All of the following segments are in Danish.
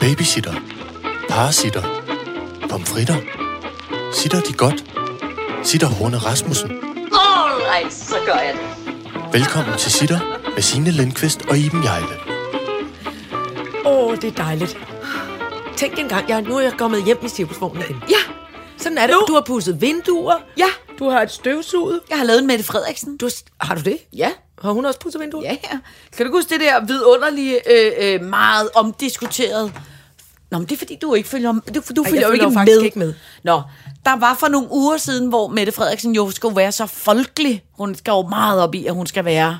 Babysitter. Parasitter. Pomfritter. Sitter de godt? Sitter Horne Rasmussen. Alright, så gør jeg det. Velkommen til Sitter med Signe Lindqvist og Iben Jejle. Åh, det er dejligt. Tænk engang, jeg, nu er jeg kommet hjem i cirkusvognen igen. Ja, Sådan er det. Du har pudset vinduer. ja. Du har et støvsuget. Jeg har lavet en Mette Frederiksen. Du har, s- har du det? Ja. Har hun også pudset vinduer? Ja, ja. Kan du huske det der vidunderlige, øh, øh, meget omdiskuterede... Nå, men det er fordi, du ikke følger, du, du jeg følger jo følger jo ikke, faktisk med. ikke med. Nå, der var for nogle uger siden, hvor Mette Frederiksen jo skulle være så folkelig. Hun skal jo meget op i, at hun skal være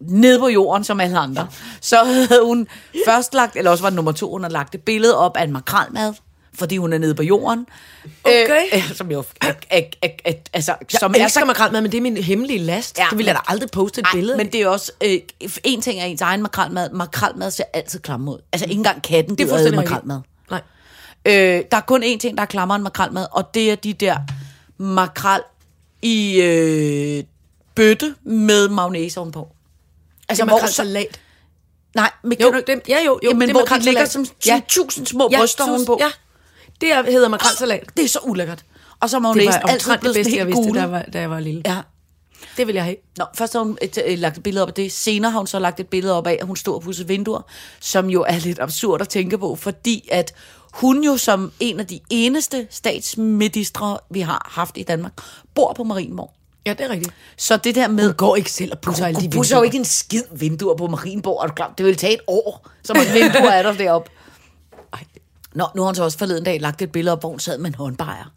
nede på jorden som alle andre. Så havde hun først lagt, eller også var det nummer to, hun havde lagt et billede op af en makralmad, fordi hun er nede på jorden. Okay. Øh, som jo... Er, er, er, er, altså, Jeg som som er elsker så makrelmad, men det er min hemmelige last. Ja, Ja, det ville jeg men- da aldrig poste et Ej, billede. af. men det er jo også... Øh, en ting er ens egen makralmad. Makralmad ser altid klam ud. Altså, ikke engang katten det er gider æde fuldstændig rigtigt. makralmad. Nej. Øh, der er kun én ting, der er klammer end makralmad, og det er de der makrel i øh, bøtte med magnæse ovenpå. Altså, det er makrelsalat. Nej, men Jo, kan du- det- ja, jo, jo, Jamen, det er hvor de makrelsalat. ligger som Ja. ja. tusind små Ja, bryster sus- ovenpå. Ja, det er- hedder makrelsalat. Det er så ulækkert. Og så er Det var magnæsen altid omtrent det blevet sådan bedste, jeg helt vidste, da gule. jeg var, da jeg var lille. Ja. Det vil jeg have. Nå, først har hun et, øh, lagt et billede op af det. Senere har hun så lagt et billede op af, at hun stod og pudsede vinduer, som jo er lidt absurd at tænke på, fordi at hun jo som en af de eneste statsministre, vi har haft i Danmark, bor på Marienborg. Ja, det er rigtigt. Så det der med... Hun går ikke selv og pudser alle de pudser jo vinduer. ikke en skid vinduer på Marienborg, er du klar? Det ville tage et år, så mange vinduer er der deroppe. Ej. Nå, nu har hun så også forleden dag lagt et billede op, hvor hun sad med en håndbejer.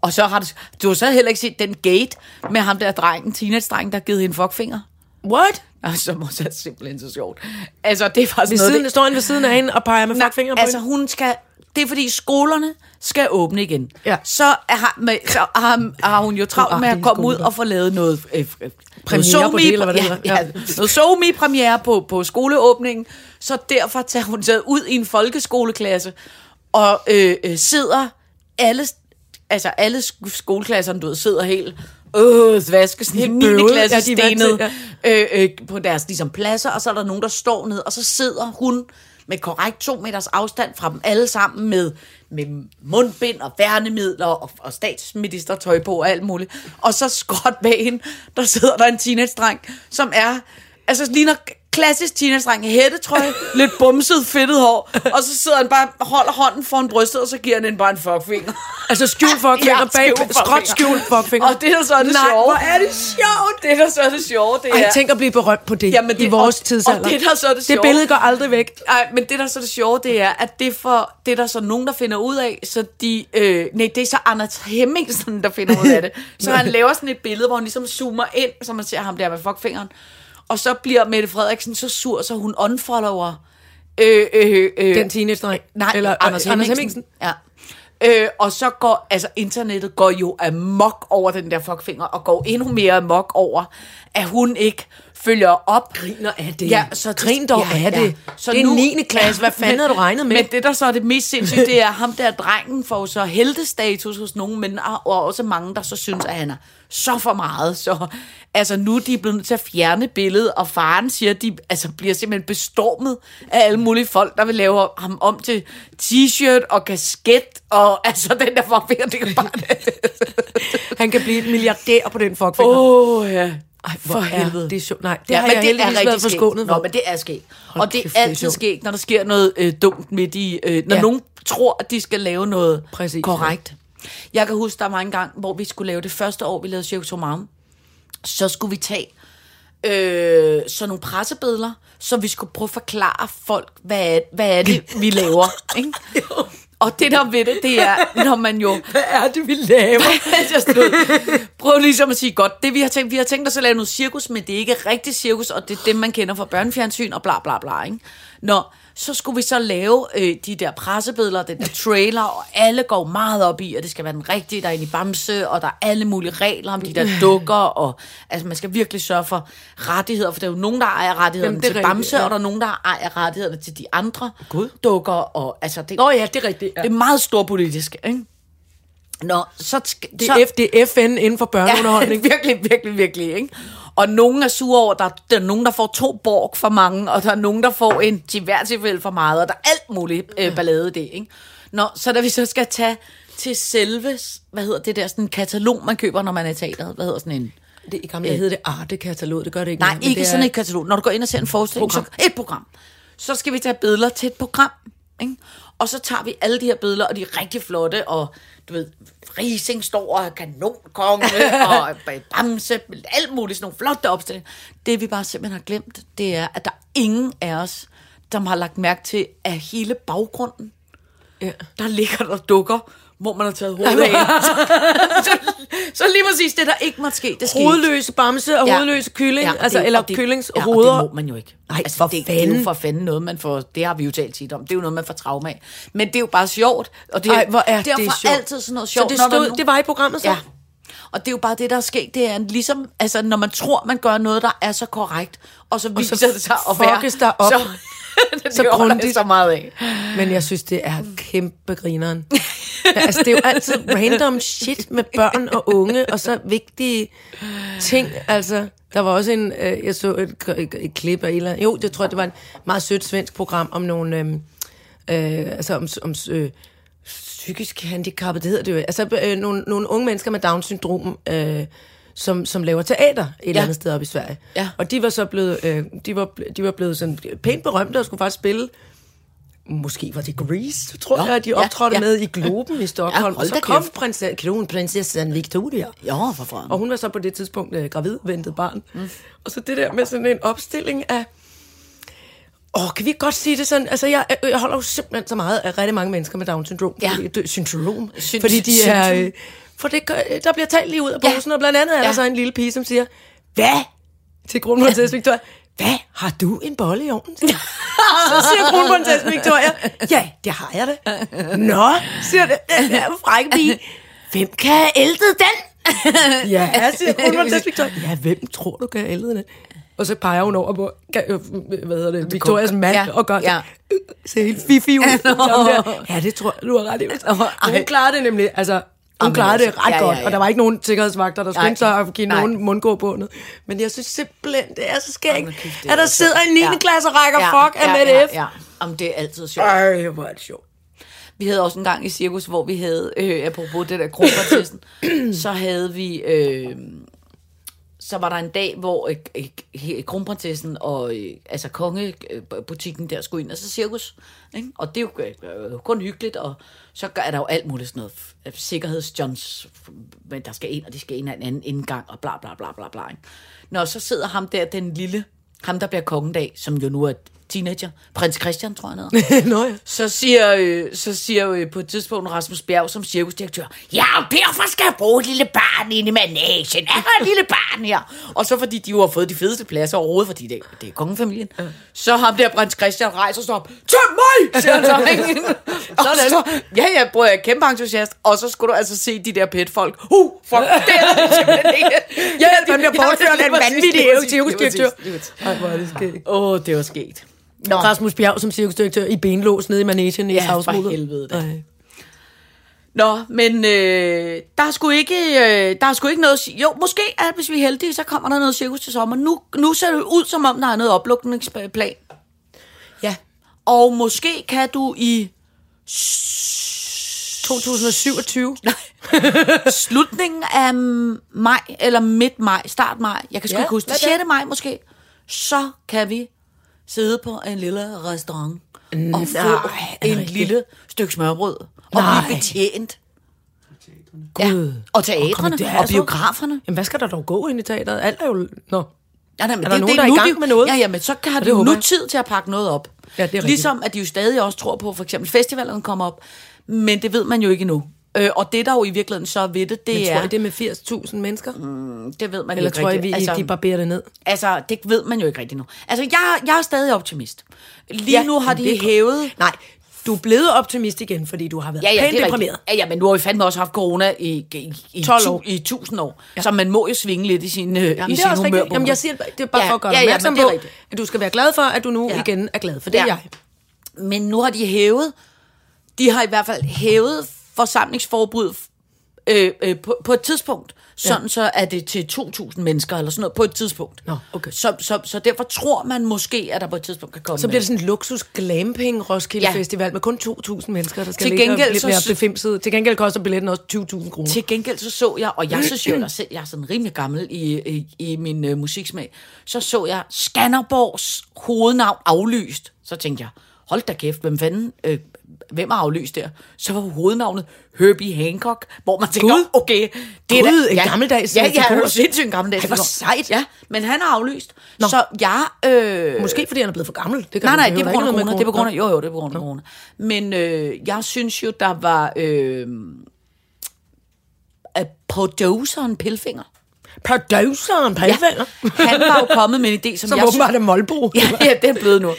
Og så har du, du har så heller ikke set den gate med ham der drengen, teenage-drengen, der har givet hende fuckfinger. What? Altså, som også er simpelthen så sjovt. Altså, det er faktisk Ved noget... siden, står han ved siden af hende og peger med fuckfingeren det, på altså, altså, hun skal... Det er fordi skolerne skal åbne igen. Ja. Så, er, med, så har, har hun jo travlt Ah, med det at er komme ud gode. og få lavet noget... Øh, øh, Premiere noget på SoMe det, eller hvad det ja, hedder. ja, Ja. noget SoMe-premiere på, på skoleåbningen. Så derfor tager hun taget ud i en folkeskoleklasse og øh, øh, sidder alle... Altså alle sk- skoleklasserne, du ved, sidder helt... Øh, vaske sådan Helt helt 9. bøvet. klasse Ja, ja, de er vant til, stenet ja. øh, øh, på deres ligesom, pladser, og så er der nogen, der står ned, og så sidder hun med korrekt to meters afstand fra dem alle sammen med, med mundbind og værnemidler og, og statsministertøj på og alt muligt. Og så skråt bag hende, der sidder der en teenage-dreng, som er, altså ligner klassisk teenage-dreng, hættetrøje, lidt bumset, fedtet hår, og så sidder han bare, holder hånden foran brystet, og så giver han en bare en fuckfinger. Altså, skjul fuckfinger bag, Ah, skjul fuckfinger. skråt skjul fuckfinger. Og det er da så er det Nej, sjove. hvor er det sjovt! Det er da så er det sjove, det Ej, er. tænk at blive berømt på det, Jamen, i det- vores og- tidsalder. og det er da så det Det sjove. Øh, billede går aldrig væk. Ej, men det der så er det sjove, det er, at det er, for, det er der så nogen, der finder ud af, så de, øh, nej, det er så Anders Hemmingsen, der finder ud af det. Så han laver sådan et billede, hvor han ligesom zoomer ind, så man ser ham der med fuckfingeren. Og så bliver Mette Frederiksen så sur, så hun unfollower øh, øh, øh, Den teenage-dreng. nej, Eller Anders, Anders Hemmingsen. Ja. Øh, og så går, altså internettet går jo amok over den der fuckfinger, og går endnu mere amok over, at hun ikke følger op. Griner af det. Ja, så Grin dog af det. Det er 9. klasse. Hvad fanden Men- havde du regnet med? Men det, der så er det mest sindssygt, det er, ham der drengen får jo så heltestatus hos nogen, men og også mange, der så synes, at han er så for meget. Så altså, nu er de blevet nødt til at fjerne billedet, og faren siger, at de altså, bliver simpelthen bestormet af alle mulige folk, der vil lave ham om til t-shirt og kasket, og altså den der forfærdelige det kan bare... Han kan blive milliardær på den fuckfinger. Åh, oh, ja. Ej, Hvor er det sjovt. Nej, det har jeg det heldigvis er rigtig været skægt. forskånet Nå, for. men det er sket. Hold Og det kæft, er det er altid sjovt. sket, når der sker noget øh, dumt midt i... Øh, når Ja. ja. nogen tror, at de skal lave noget Præcis, ja. Præcis, korrekt. Jeg kan huske, der var en gang, hvor vi skulle lave det første år, vi lavede Cirque du Marme. Så skulle vi tage øh, sådan nogle pressebilleder, så vi skulle prøve at forklare folk, hvad, hvad er det, vi laver. Ikke? Og det der ved det, det er, når man jo... Hvad er det, vi laver? jeg stod. Prøv ligesom at sige godt. Det vi har tænkt, vi har tænkt os at lave noget cirkus, men det er ikke rigtig cirkus, og det er dem, man kender fra børnefjernsyn og bla bla bla. Ikke? Nå, så skulle vi så lave øh, de der pressebilleder, den der trailer, og alle går meget op i, at det skal være den rigtige, der er inde i Bamse, og der er alle mulige regler om de der dukker, og altså man skal virkelig sørge for rettigheder, for der er jo nogen, der ejer rettighederne Jamen, det er til rigtigt, Bamse, ja. og der er nogen, der ejer rettighederne til de andre Gud. dukker, og altså det, Nå ja, det er rigtigt. Ja. det er meget storpolitisk, ikke? Nå, så, sk- Det så er, F, det er FN inden for børneunderholdning. Ja, virkelig, virkelig, virkelig. Ikke? Og nogen er sure over, at der, der er nogen, der får to borg for mange, og der er nogen, der får en til hver tilfælde for meget, og der er alt muligt øh, ballade i det. Ikke? Nå, så da vi så skal tage til selve, hvad hedder det der, sådan en katalog, man køber, når man er i teateret, hvad hedder sådan en? Det, I gamle dage hedder det artekatalog, det gør det ikke. Nej, mere, men ikke det sådan er, et katalog. Når du går ind og ser en forestilling, program. Program. så et program. Så skal vi tage billeder til et program, ikke? Og så tager vi alle de her billeder, og de er rigtig flotte, og du ved, Rising står og er kanonkonge, og Bamse, alt muligt, sådan nogle flotte opstillinger. Det vi bare simpelthen har glemt, det er, at der er ingen af os, der har lagt mærke til, at hele baggrunden, Ja. der ligger der dukker, hvor man har taget hovedet af. så, så, så lige præcis det, der ikke måtte ske, det skete. Hovedløse bamse og ja. hovedløse kylling, ja, og altså, det- det, eller og det- kyllings ja, ja, hoveder. Og det må man jo ikke. Altså, Nej, for det, Det er fanden. jo for fanden noget, man får, det har vi jo talt tit om. Det er jo noget, man får trauma af. Men det er jo bare sjovt. Og det, Ej, hvor er det derfor sjovt. altid sådan noget sjovt. Så det, når der er stod, nogen- det var i programmet så? Ja. Og det er jo bare det, der er sket. Det er ligesom, altså, når man tror, man gør noget, der er så korrekt, og så viser det sig at være... fuckes der op. Så, det Så så grundigt. grundigt. så meget af. Men jeg synes, det er kæmpe grineren. altså, det er jo altid random shit med børn og unge, og så vigtige ting. Altså, der var også en, øh, jeg så et, et, et klip af et eller andet. Jo, det tror jeg, det var et meget sødt svensk program om nogle, øh, øh, altså om, om øh, psykisk handicappede, det hedder det jo. Altså, øh, nogle, nogle unge mennesker med Down-syndrom, øh, som, som laver teater et eller andet sted op i Sverige. Ja. Og de var så blevet, øh, de var, de var blevet sådan pænt berømte og skulle faktisk spille måske var det Grease, tror Nå, jeg, at de ja, optrådte ja. ja, med i Globen i Stockholm. Ja, Ja, hold og så da kom kæft. prinses, kronprinsessen Victoria. Ja, hvorfor? Og hun var så på det tidspunkt øh, gravid, ventet barn. Mm. Og så det der med sådan en opstilling af... Åh, kan vi ikke godt sige det sådan? Altså, jeg, øh, jeg holder jo simpelthen så meget af rigtig mange mennesker med Down-syndrom. Ja. Fordi, dø, syndrom. Syn- fordi de er... syndrom. Øh, for det, gør- der bliver talt lige ud af Ja. posen, ja. og blandt andet er Ja. der så en lille pige, som siger, hvad? Til kronprinsesse Victoria. Hvad? Har du en bolle i ovnen? siger hun. så siger kronprinsessen Victoria, ja, det har jeg da. Nå, siger det, den der frække pige. Hvem kan have ældet den? ja, altså, siger kronprinsessen Victoria. Ja, hvem tror du kan have ældet den? Og så peger hun over på, øh, hvad hedder det, Victorias mand, Ja, ja, og gør ja. ja. ser helt fifi ud. Nå. Sådan der. ja, det tror jeg, du har ret i. ej. Hun klarede det nemlig, altså, hun Jamen, klarede det altså, ret ja, ja, godt, ja. og der var ikke nogen sikkerhedsvagter, der Nej. skyndte sig at give Nej. nogen mundgåbundet. Men jeg synes simpelthen, det er så skægt, Hold nu kæft, det er at der også- sidder en 9. Ja. klasse og rækker fuck af Mette F. Ja. Jamen, det er altid sjovt. Ej, hvor er det sjovt. Vi havde også en gang i cirkus, hvor vi havde, øh, apropos det der kronprinsessen, så havde vi, øh, så var der en dag, hvor øh, øh, he- kronprinsessen og øh, altså kongebutikken der skulle ind og så cirkus. Ikke? Og det er jo øh, kun hyggeligt, og så gør- er der jo alt muligt sådan noget. f- Sikkerhedsjons, f- men der skal ind, og de skal ind af en anden indgang, og bla bla bla bla bla. Ikke? Når så sidder ham der, den lille, ham der bliver kongedag, som jo nu er teenager, prins Christian, tror jeg, han hedder. Nå ja. Så siger, øh, så siger øh, på et tidspunkt Rasmus Bjerg som cirkusdirektør, ja, og derfor skal jeg bruge et lille barn inde i managen. Er der et lille barn her? Og så fordi de jo har fået de fedeste pladser overhovedet, fordi det, det er kongefamilien, så ham der prins Christian rejser sig op, tøm mig, siger han så. ikke? Og så, ja, ja, bror, jeg er kæmpe entusiast. Og så skulle du altså se de der petfolk. Hu, fuck, det er det simpelthen ikke. Ja, man bliver bortført af en lige præcis, vanvittig lige præcis, cirkusdirektør. lige præcis, lige Ej, hvor er det skægt. præcis. Åh, oh, det var sket. Nå. Rasmus Bjerg som cirkusdirektør i benlås nede i managen i Ja, for Savsmuldet. helvede da. Ej. Nå, men øh, der, er sgu ikke, øh, der er sgu ikke noget... ci- Jo, måske, at hvis vi er heldige, så kommer der noget cirkus til sommer. Nu, nu ser det ud, som om der er noget oplukningsplan. Ja, Og måske kan du i 2027. slutningen af maj, eller midt maj, start maj, jeg kan sgu Ja, ikke huske det, hvad 6. maj måske, så kan vi sidde på en lille restaurant og få Nej, er det en rigtigt? lille stykke smørbrød og Nej. blive betjent. Gud. Og teatrene, det er og, og så- biograferne. Jamen, hvad skal der dog gå ind i teateret? Alt er jo... Nå. Ja, nej, men Er der det, det, nogen, det, der er i nu, gang de- med noget? Ja, ja, men så har det de jo håber nu jeg. tid til at pakke noget op. Ja, det er rigtigt. ligesom at de jo stadig også tror på, for eksempel festivalerne kommer op, men det ved man jo ikke endnu. Øh, og det der jo i virkeligheden så er ved det, det Men er, tror I, det, det er med 80.000 mennesker? Mm, det ved man Eller jo ikke tror I, rigtigt. vi, altså, altså, de barberer det ned? altså, det ved man jo ikke rigtigt nu. Altså, jeg, jeg er stadig optimist. Lige ja, nu har men det de er- hævet... Nej, du er blevet optimist igen, fordi du har været Ja, ja, det pænt er deprimeret. rigtigt. Ja, ja, men nu har vi fandme også haft corona i, i, i, 12 tu- år. i 1000 år, ja. så man må jo svinge lidt i sin, øh, i Jamen, det sin er også humør. rigtigt. Jamen, jeg siger det bare- det er bare Ja, for at gøre ja, dig ja, opmærksom men det er på, rigtigt. at du skal være glad for, at du nu Ja. ja. igen er glad, for det ja. er Ja. jeg. men nu har de hævet, de har i hvert fald hævet forsamlingsforbud øh, øh, på, på et tidspunkt. Sådan ja. så er det til 2.000 mennesker eller sådan noget på et tidspunkt. Nå, okay. så, så, så derfor tror man måske, at der på et tidspunkt kan komme Så bliver en- det sådan en luksus glamping Roskilde Ja. ja. Festival med kun 2.000 mennesker, der skal Til ligge gengæld og lidt så mere sy- befimset. Til gengæld koster billetten også 20.000 kroner. Til gengæld så så jeg, og jeg synes jo, der selv, jeg er sådan rimelig gammel i, i, i min øh, musiksmag, så så jeg Skanderborgs hovednavn aflyst. Så tænkte jeg, hold da kæft, hvem fanden, øh, hvem er aflyst der? Så var hovednavnet Herbie Hancock, hvor man tænker, Gud. okay, det er Gud, da, en gammeldags, Ja, øh, ja, ja, figur. det er sindssygt en gammeldags. Ej, hvor figur. Ja, men han er aflyst. Nå. Så jeg... Øh, Måske fordi han er blevet for gammel. Det kan Nej, du- nej, jo det er på ikke grund af noget med corona. Det er på grund af, jo, jo, det er på grund af corona. Men øh, jeg synes jo, der var øh, at produceren Pilfinger. Produceren, Palfælder. Ja. Han var jo kommet med en idé, som, Som jeg åbenbart er Molbo. Ja, ja, det er blevet nu.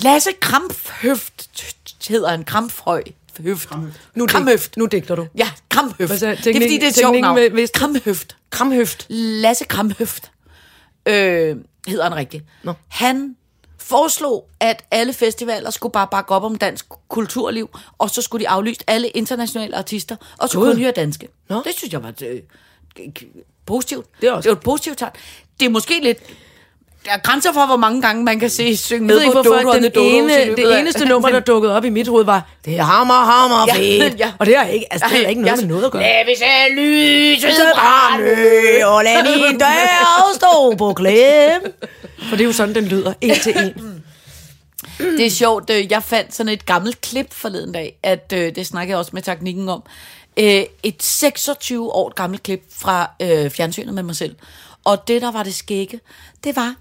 Lasse Krampfhøft hedder han. Krampfhøj. Høft. Nu, dig, nu digter du. Ja, Krampfhøft. Hvad sagde- det er fordi, teknik- det er et sjovt teknikken navn. med- vidste- Krampfhøft. Kramhøft. Lasse Kramhøft, øh, hedder han rigtigt. Nå. Han foreslog, at alle festivaler skulle bare bakke op om dansk kulturliv, og så skulle de aflyse alle internationale artister, og så God. kunne de høre danske. Nå. Det synes jeg var øh, positivt. Det er også- det var et positivt tegn. Det er måske lidt... Der er grænser for, hvor mange gange man kan se synge Jeg med ved ikke, på hvorfor Dodo at and den the Dodos i ene, løbet det af- eneste nummer, der dukkede op i mit hoved, var, det er hammer, hammer Ja, fedt. ja. Og det har ikke, altså, det har ikke noget med noget at gøre. Lad vi se lyset Så brænde, brænde, og lad min dør stå på klem. For det er jo sådan, den lyder, en til en. Det er sjovt, øh, jeg fandt sådan et gammelt klip forleden dag, at øh, det snakkede jeg også med teknikken om. Øh, et 26 år gammelt klip fra øh, fjernsynet med mig selv. Og det, der var det skægge, det var,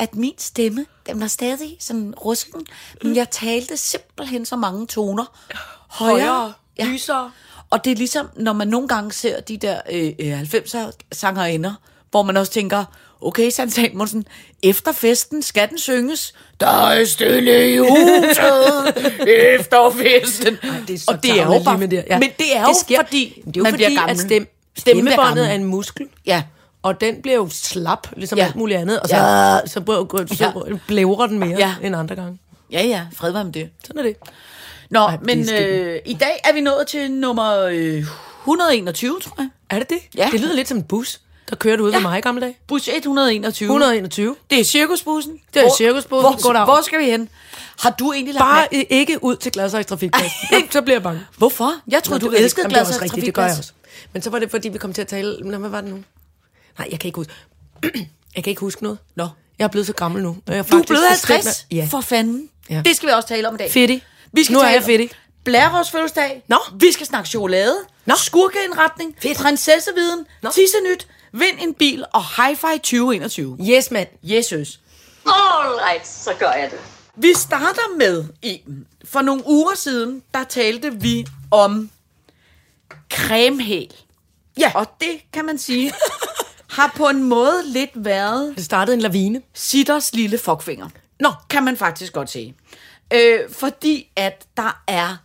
at min stemme, den var stadig sådan russikken, men jeg talte simpelthen så mange toner. Højere, lysere. Og det er ligesom, når man nogle gange ser de der øh, øh, 90'er sangerinder, hvor man også tænker, okay, Sand Samuelsen, efter festen skal den synges. Der er stille i huset efter festen. det er så tarveligt lige med det her. Ja. men det er jo Det sker- fordi, Det er jo man fordi, bliver gammel. at stem, Stemmen bliver stemmebåndet er gammel. en muskel. Ja. Og den bliver jo slap, ligesom Ja. ja. alt muligt andet. Og så, Ja. ja. så, så, så blævrer den mere Ja. ja. end andre gange. ja, ja, fred være med det. Sådan er det. Nå, Ej, det er men skægt. øh, i dag er vi nået til nummer øh, 121, tror jeg. Er det det? Ja. Det lyder lidt som en bus, der kørte ud ja. ved mig i gamle dage. Bus 121. 121. Det er cirkusbussen. Det er cirkusbussen. Hvor, Goddag. hvor skal vi hen? Har du egentlig lagt Bare mærke- i- ikke ud til Gladsaxe Trafikplads. så, så bliver jeg bange. Hvorfor? Jeg troede, Nå, du det ved jeg elskede ikke. Jamen, det er Gladsaxe også rigtigt, Det gør jeg også. Men så var det, fordi vi kom til at tale... Nå, hvad var det nu? Nej, jeg kan ikke huske... jeg kan ikke huske noget. Nå. Jeg er blevet så gammel nu. og Jeg Du er faktisk blevet bestemt- 50, Ja. for fanden. Ja. Ja. Det skal vi også tale om i dag. Fedtig. Vi skal Nu er tale jeg fedtig. om Blærerøvs fødselsdag. Nå. Vi skal snakke chokolade. Nå. Skurkeindretning. Fedt. Prinsesseviden. Nå. Nå. Tissenyt. Vind en bil. Og hi-fi 2021. Yes, mand. Jesus. All right, så gør jeg det. Vi starter med, Iben. For nogle uger siden, der talte vi om cremehæl. Ja. Og det kan man sige, har på en måde lidt været Det startede en lavine. Sitters lille fuckfinger. Nå. Kan man faktisk godt sige. Øh, fordi at der er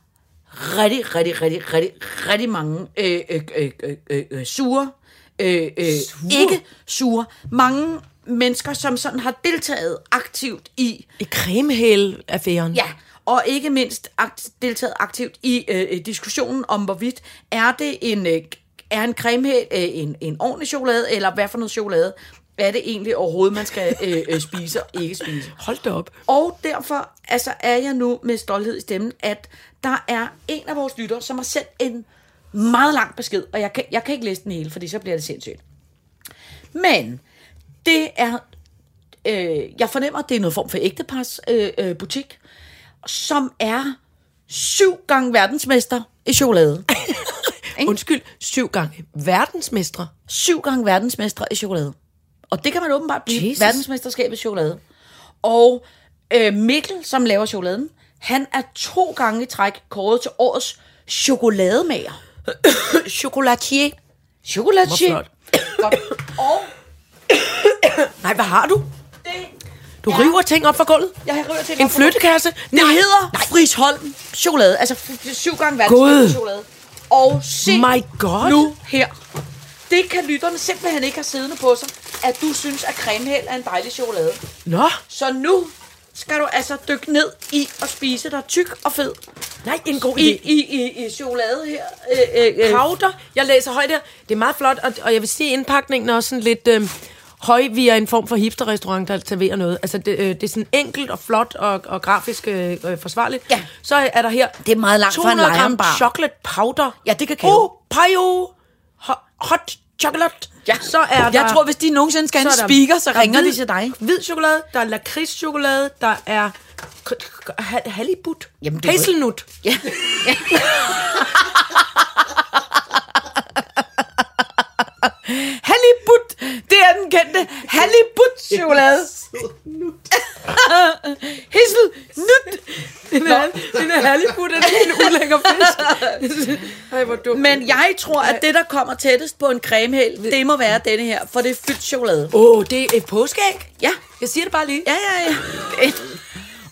rigtig, rigtig, rigtig, rigtig, rigtig mange øh, øh, øh, øh, øh, øh, sure, øh, øh, ikke sure, mange mennesker, som sådan har deltaget aktivt i I cremehæl-affæren. Ja, og ikke mindst akt, deltaget aktivt i øh, øh, diskussionen om, hvorvidt er det en, øh, er en creme øh, en, en ordentlig chokolade, eller hvad for noget chokolade er det egentlig overhovedet, man skal øh, øh, spise og ikke spise. Hold da op. Og derfor altså, er jeg nu med stolthed i stemmen, at der er en af vores lytter, som har sendt en meget lang besked, og jeg kan, jeg kan ikke læse den hele, fordi så bliver det sindssygt. Men det er, øh, jeg fornemmer, at det er noget form for ægtepars øh, øh, butik, som er syv gange verdensmester i chokolade. Undskyld, syv gange. Verdensmestre. syv gange verdensmestre i chokolade. Og det kan man åbenbart blive Jesus. Jesus. verdensmesterskab i chokolade. Og øh, Mikkel, som laver chokoladen, han er to gange i træk kåret til årets chokolademager. Chocolatier. Chokolatier. Hvor flot. Godt. Og Nej, hvad har du? det, Du ja. river ting op fra gulvet. jeg har rørt til En flyttekasse. Det hedder Frisholm chokolade. Altså f- syv gange God. verdensmester i chokolade. Og se My God. nu her. Det kan lytterne simpelthen ikke have siddende på sig, at du synes, at cremehæl er en dejlig chokolade. Nå. Så nu skal du altså dykke ned i og spise dig tyk og fed. Nej, en god I, idé. i, i, i chokolade her. Øh, øh, øh. Powder. Jeg læser højt her. Det er meget flot, og, og jeg vil sige, at indpakningen er også sådan lidt... Øh, høj, vi er en form for hipsterrestaurant, der serverer noget. Altså, det, øh, det er sådan enkelt og flot og, og grafisk øh, øh, forsvarligt. Ja. Så er der her... Det er meget langt fra en 200 gram lionbar. chocolate powder. Ja, det kan kæve. Oh, payo. Ho- hot chocolate. Ja. Så er Jeg der, tror, hvis de nogensinde skal have så er en speaker, så der ringer hvid- de til dig. Hvid chokolade, der er lakridschokolade, der er k- k- ha- halibut, Jamen, det er jo- hazelnut. Ja. Halibut. Det er den kendte Halibut-chokolade. Hissel. Nut. Den er, den er halibut, den er en ulækker fisk. Ej, hvor dumt. Men jeg tror, at det, der kommer tættest på en cremehæl, det må være denne her, for det er fyldt chokolade. Åh, oh, det er et påskeæg? Ja. Jeg siger det bare lige. Ja, ja, ja. Et.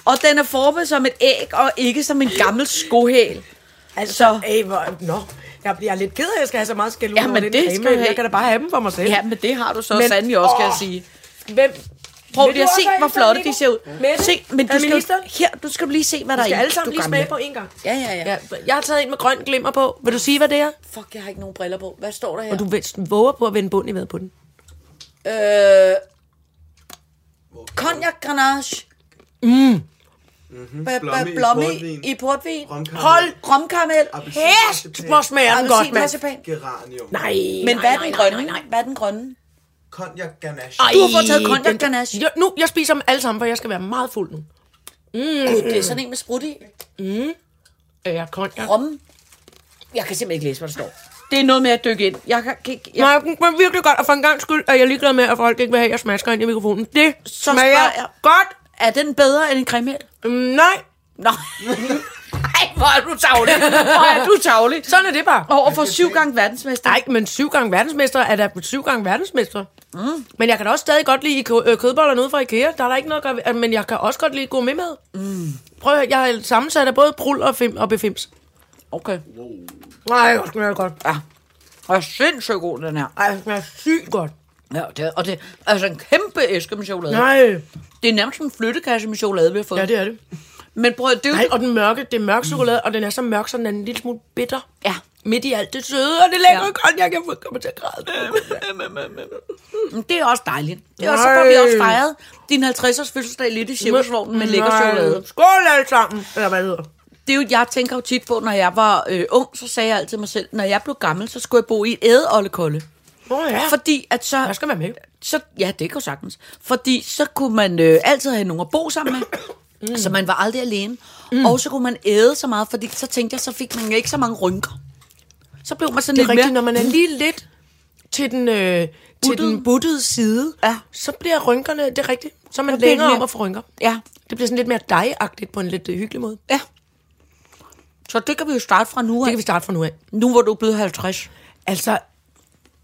Og den er formet som et æg, og ikke som en gammel skohæl. Altså, ej, hvor, nå. Jeg bliver lidt ked af, at jeg skal have så meget skæld ud Ja, over men den det creme. skal du have. Jeg kan da bare have dem for mig selv. Ja, men det har du så Men- sandelig også, kan jeg Åh. sige. Hvem? Prøv Vil lige du at også se, have hvor en sådan, flotte de Nico? ser ud. Mette? Se, men Er du skal, ministeren? her, du skal altså lige se, hvad der Vi skal er i. alle sammen du lige gamle. smage på en gang. Ja, ja, ja, Ja, jeg har taget en med grøn glimmer på. Vil du sige, hvad det er? Fuck, jeg har ikke nogen briller på. Hvad står der her? Og du ved- våger på at vende bunden i hvad på den. Øh, cognac granage. Mm. Mhm. Blomme i Blomme portvin. i portvin. Romkaramel. Hold romkaramel. Appelsin. Hæst, hvor smager den godt, mand. mand. Geranium. Nej, Men nej, hvad er nej, nej, den grønne? nej, nej. Hvad er den grønne? Cognac ganache. Du har fået taget Ej, cognac den- ganache. Jo, nu, jeg spiser dem alle sammen, for jeg skal være meget fuld nu. Det er sådan en med sprut i. Ja, cognac. Rom. Jeg kan simpelthen ikke læse, hvad der står. Det er noget med at dykke ind. Jeg kan ikke... Jeg, Nej, jeg kan men virkelig godt, og for en gang skyld er jeg ligeglad med, at folk ikke vil have, at jeg smasker ind i mikrofonen. Det Så så smager spørger jeg- godt. er den bedre end en cremel? Mm, nej, Nå. Ej, hvor er du tavlig. Hvor er du tavlig. sådan er det bare. Over for syv gange verdensmester. Nej, men syv gange verdensmester er da syv gange verdensmester. Mm. Men jeg kan da også stadig godt lide kø- øh, kødboller nede fra Ikea. Der er der ikke noget at gøre ved, øh, men jeg kan også godt lide gå med mad. Mm. Prøv at høre, jeg har sammensat af både prul og, fim, og befims. Okay. Nej, det smager godt. Ja. Og sindssygt god, den her. Ej, det smager sygt godt. Ja, det, er- og det er altså en kæmpe æske med chokolade. Nej, Det er nærmest en flyttekasse med chokolade, vi har fået. ja, det er det. Men prøv at det er Nej, jo- og den mørke, det er mørk chokolade, og den er så mørk, så den er en lille smule bitter. Ja. Midt i alt det søde og det lækre Ja. ja. cognac, jeg får- kommer til at græde. Men det er også dejligt. Det er også, så Nej. får vi også fejret din 50-års fødselsdag lidt i cirkusvognen med lækker Nej. chokolade. Skål alle sammen, eller hvad det hedder. Det er jo, jeg tænker jo tit på, når jeg var øh, ung, så sagde jeg altid mig selv, når jeg blev gammel, så skulle jeg bo i et ædeollekolde. Åh oh, ja, For, Fordi at så... jeg skal være med. så, ja, det kan jo sagtens. Fordi så kunne man øh, altid have nogen at bo sammen med. Mm. Så man var aldrig alene. Mm. Og så kunne man æde så meget, fordi så tænkte jeg, så fik man ikke så mange rynker. Så blev man sådan Det er lidt rigtigt, mere... når man er lige lidt til den, øh, til den buttede side, Ja. så bliver rynkerne, det er rigtigt, så er man bliver længere det om mere- at få rynker. Ja, Det bliver sådan lidt mere dejagtigt på en lidt øh, hyggelig måde. ja. Så det kan vi jo starte fra nu Det af. kan vi starte fra nu af. Nu hvor du er blevet 50. Altså,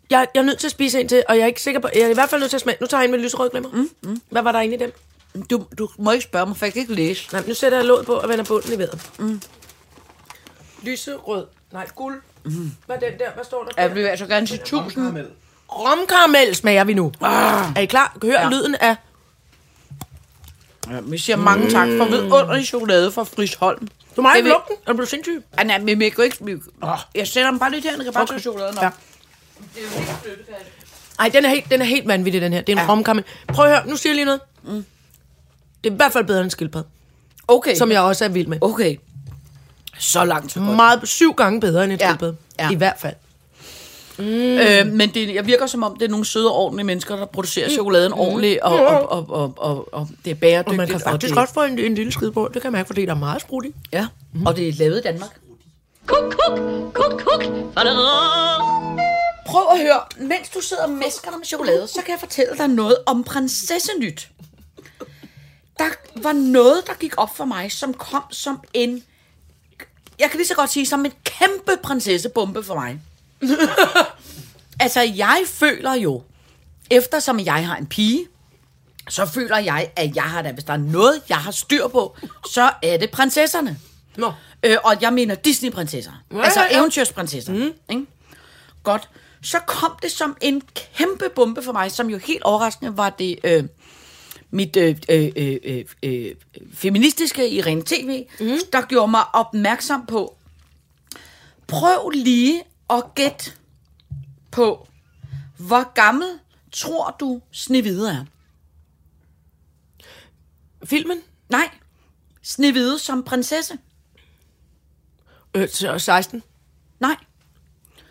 jeg, jeg er nødt til at spise en til, og jeg er ikke sikker på, jeg er i hvert fald nødt til at smage. Nu tager jeg en med lyserød glimmer. Mm, mm. Hvad var der inde i dem? Du, du må ikke spørge mig, for jeg kan ikke læse. Nej, nu sætter jeg låget på og vender bunden i vejret. Mm. Lyserød. Nej, guld. Mm. Hvad er den der? Hvad står der? Jeg der? vil altså gerne sige tusind. Romkaramel smager vi nu. Ah. Er I klar? Hør ja. lyden af... Ja, vi siger mange tak for vidunderlig chokolade fra Frisholm. Mm. Du må Det ikke vil- lukke den. Er du sindssyg? Ah, nej, men jeg kan ikke... vi- Åh, Jeg sætter dem bare lidt her, og kan bare tage chokoladen op. Ja. Ej, den er helt, den er helt vanvittig, den her. Det er en ja. romkaramel. Prøv at høre, nu siger jeg lige noget. Mm. Det er i hvert fald bedre end skildpadde, Okay. som jeg også er vild med. Okay. Så langt, så godt. Meget, syv gange bedre end et Ja. ja. skildpadde. Ja. Ja. I hvert fald. Mm. Øh, men det jeg virker som om, det er nogle søde og ordentlige mennesker, der producerer chokoladen ordentligt, og, og, og, og, og, og det er bæredygtigt. Mm. Og man kan faktisk det, godt få en, en lille skid på. Det kan man ikke, fordi der er meget sprudt i. Ja, og det er lavet i Danmark. Kuk, kuk, kuk, kuk. Prøv at høre, mens du sidder og mesker dig med chokolade, så kan jeg fortælle dig noget om prinsessenyt. Der var noget, der gik op for mig, som kom som en... Jeg kan lige så godt sige, som en kæmpe prinsessebombe for mig. altså, jeg føler jo, eftersom jeg har en pige, så føler jeg, at jeg har da, hvis der er noget, jeg har styr på, så er det prinsesserne. Nå. Øh, og jeg mener Disney-prinsesser. Ja, altså ja, ja, ja. ja. eventyrsprinsesser. Mm. Ikke? Godt. Så kom det som en kæmpe bombe for mig, som jo helt overraskende var det øh, mit øh, øh, øh, øh, øh, feministiske i Ren TV, mm. der gjorde mig opmærksom på, prøv lige at gætte på, hvor gammel tror du Snevide er? Filmen? Nej, Snevide som prinsesse? Øh, så 16. Nej,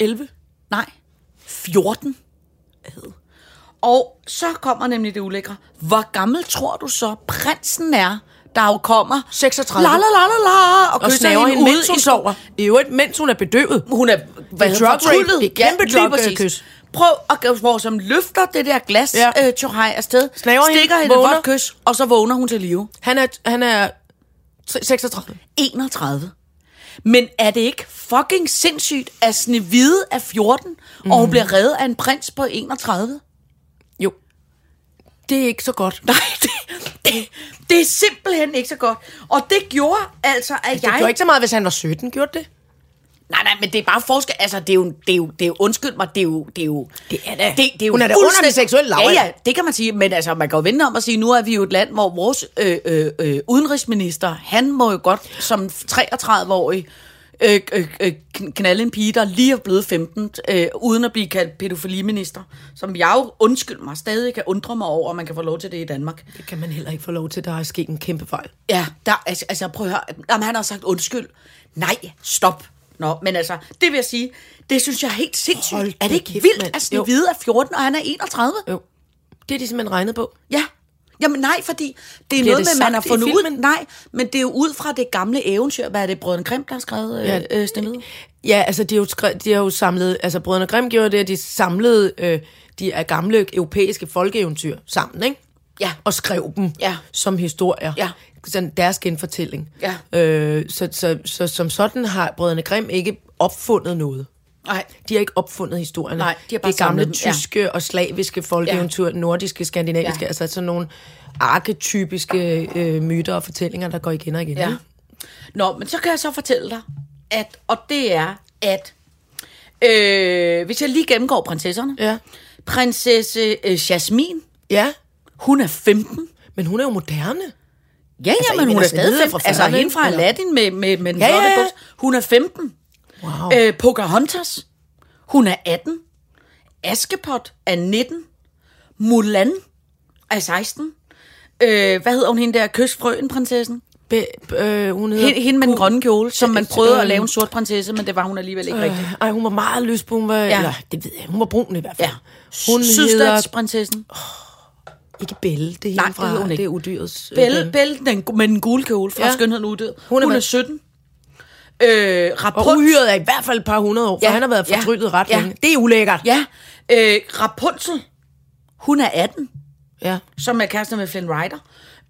11. nej, 14. Ad. Og så kommer nemlig det ulækre. Hvor gammel tror du så prinsen er, der jo kommer 36. La, la, la, la, la, og, Og kysser snaver hende, ude mens hun i- sover. Uh. I øvrigt, mens hun er bedøvet. hun er hvad Det er hedder drug rape. fortryllet. Det er kæmpe lige drug, øh, præcis. kys. Prøv at gøre, hvor som løfter det der glas, Ja. ja. øh, Tjohaj afsted, Snaver hende, stikker hende et vågner. vådt kys, og så vågner hun til live. Han er, han er tre- 36. 31. Men er det ikke fucking sindssygt, at Snevide er 14, mm. og hun bliver reddet af en prins på 31? Jo. Det er ikke så godt. Nej, det, det, det er simpelthen ikke så godt. Og det gjorde altså, at jeg... Det gjorde ikke så meget, hvis han var 17, gjorde det? Nej, nej, men det er bare forskel. Altså, det er jo, det er jo, det er jo undskyld mig, det er jo... Det er jo Det er da- Det, det er jo Hun er da under fuldstændig- den seksuelle lavalder. Ja, ja, det kan man sige. Men altså, man kan jo vende om og sige, nu er vi jo et land, hvor vores øh, øh, øh, udenrigsminister, han må jo godt som 33-årig øh, øh, øh, kn- knalde en pige, der lige er blevet 15, øh, uden at blive kaldt pædofiliminister. Som jeg jo, undskyld mig, stadig kan undre mig over, at man kan få lov til det i Danmark. Det kan man heller ikke få lov til. Der er sket en kæmpe fejl. Ja, der, altså, altså prøv at høre. Jamen, han har sagt undskyld. Nej, stop. Nå, men altså, det vil jeg sige, det synes jeg er helt sindssygt. Hold er da det ikke kæft, vildt, mand. Øh. at Snevide er 14, og han er 31? Jo. Det er de simpelthen regnet på. Ja. Jamen nej, fordi det er Bliver noget det med, man sagt har i fundet ud. filmen? Nej, men det er jo ud fra det gamle eventyr. Hvad er det, Brøden Grimm, der har skrevet ja. øh, Snevide? Ja, altså de har jo, skre- de har jo samlet, altså Brødrene Grimm gjorde det, at de samlede øh, de er gamle europæiske folkeeventyr sammen, ikke? Ja. Og skrev dem Ja. som historier. Ja. Sådan deres genfortælling. Ja. Øh, så, så, så, som sådan har Brødrene Grimm ikke opfundet noget. Nej. De har ikke opfundet historierne. Nej, de har bare det er gamle samlet dem, ja. tyske og slaviske folkeeventyr, ja. nordiske, skandinaviske, Ja. ja. altså sådan nogle arketypiske øh, myter og fortællinger, der går igen og igen. Ja. ikke? Nå, men så kan jeg så fortælle dig, at, og det er, at øh, hvis jeg lige gennemgår prinsesserne. Ja. Prinsesse øh, Jasmine, ja. hun er 15. Men hun er jo moderne. Ja, Altså, I altså, ja, men hun mener er stadig Snehvide 15. fra Fra altså, Færøerne, hende fra eller? Aladdin med, med, med den Ja, ja, ja, flotte ja. buks. Hun er 15. Wow. Øh, Pocahontas, hun er 18. Askepot er 19. Mulan er 16. Øh, hvad hedder hun hende der? Kys frøen, prinsessen? Be, øh, hun hedder... Hende, hende med den grønne kjole, som man Øh, prøvede øh, at lave en sort prinsesse, men det var hun alligevel ikke rigtigt. Øh, ej, hun var meget lysbrun. Var, ja. Eller, det ved jeg. Hun var brun i hvert fald. Ja. Hun hedder... Sydstatsprinsessen. Ikke Belle, det er Nej, hende det fra... hedder hun ikke. Det er udyrets... øh, Belle, dame. Belle den, med den gule kjole fra Ja. ja. Skønheden Uddød. Hun Hun er er, hun er hvad? 17. Øh, Og Rapunzel. uhyret er i hvert fald et par hundrede år, for ja. Ja. han har været Ja. fortryllet ret Ja. længe. Det er ulækkert. Ja, øh, Rapunzel, hun er 18, ja. som er kærester med Flynn Rider.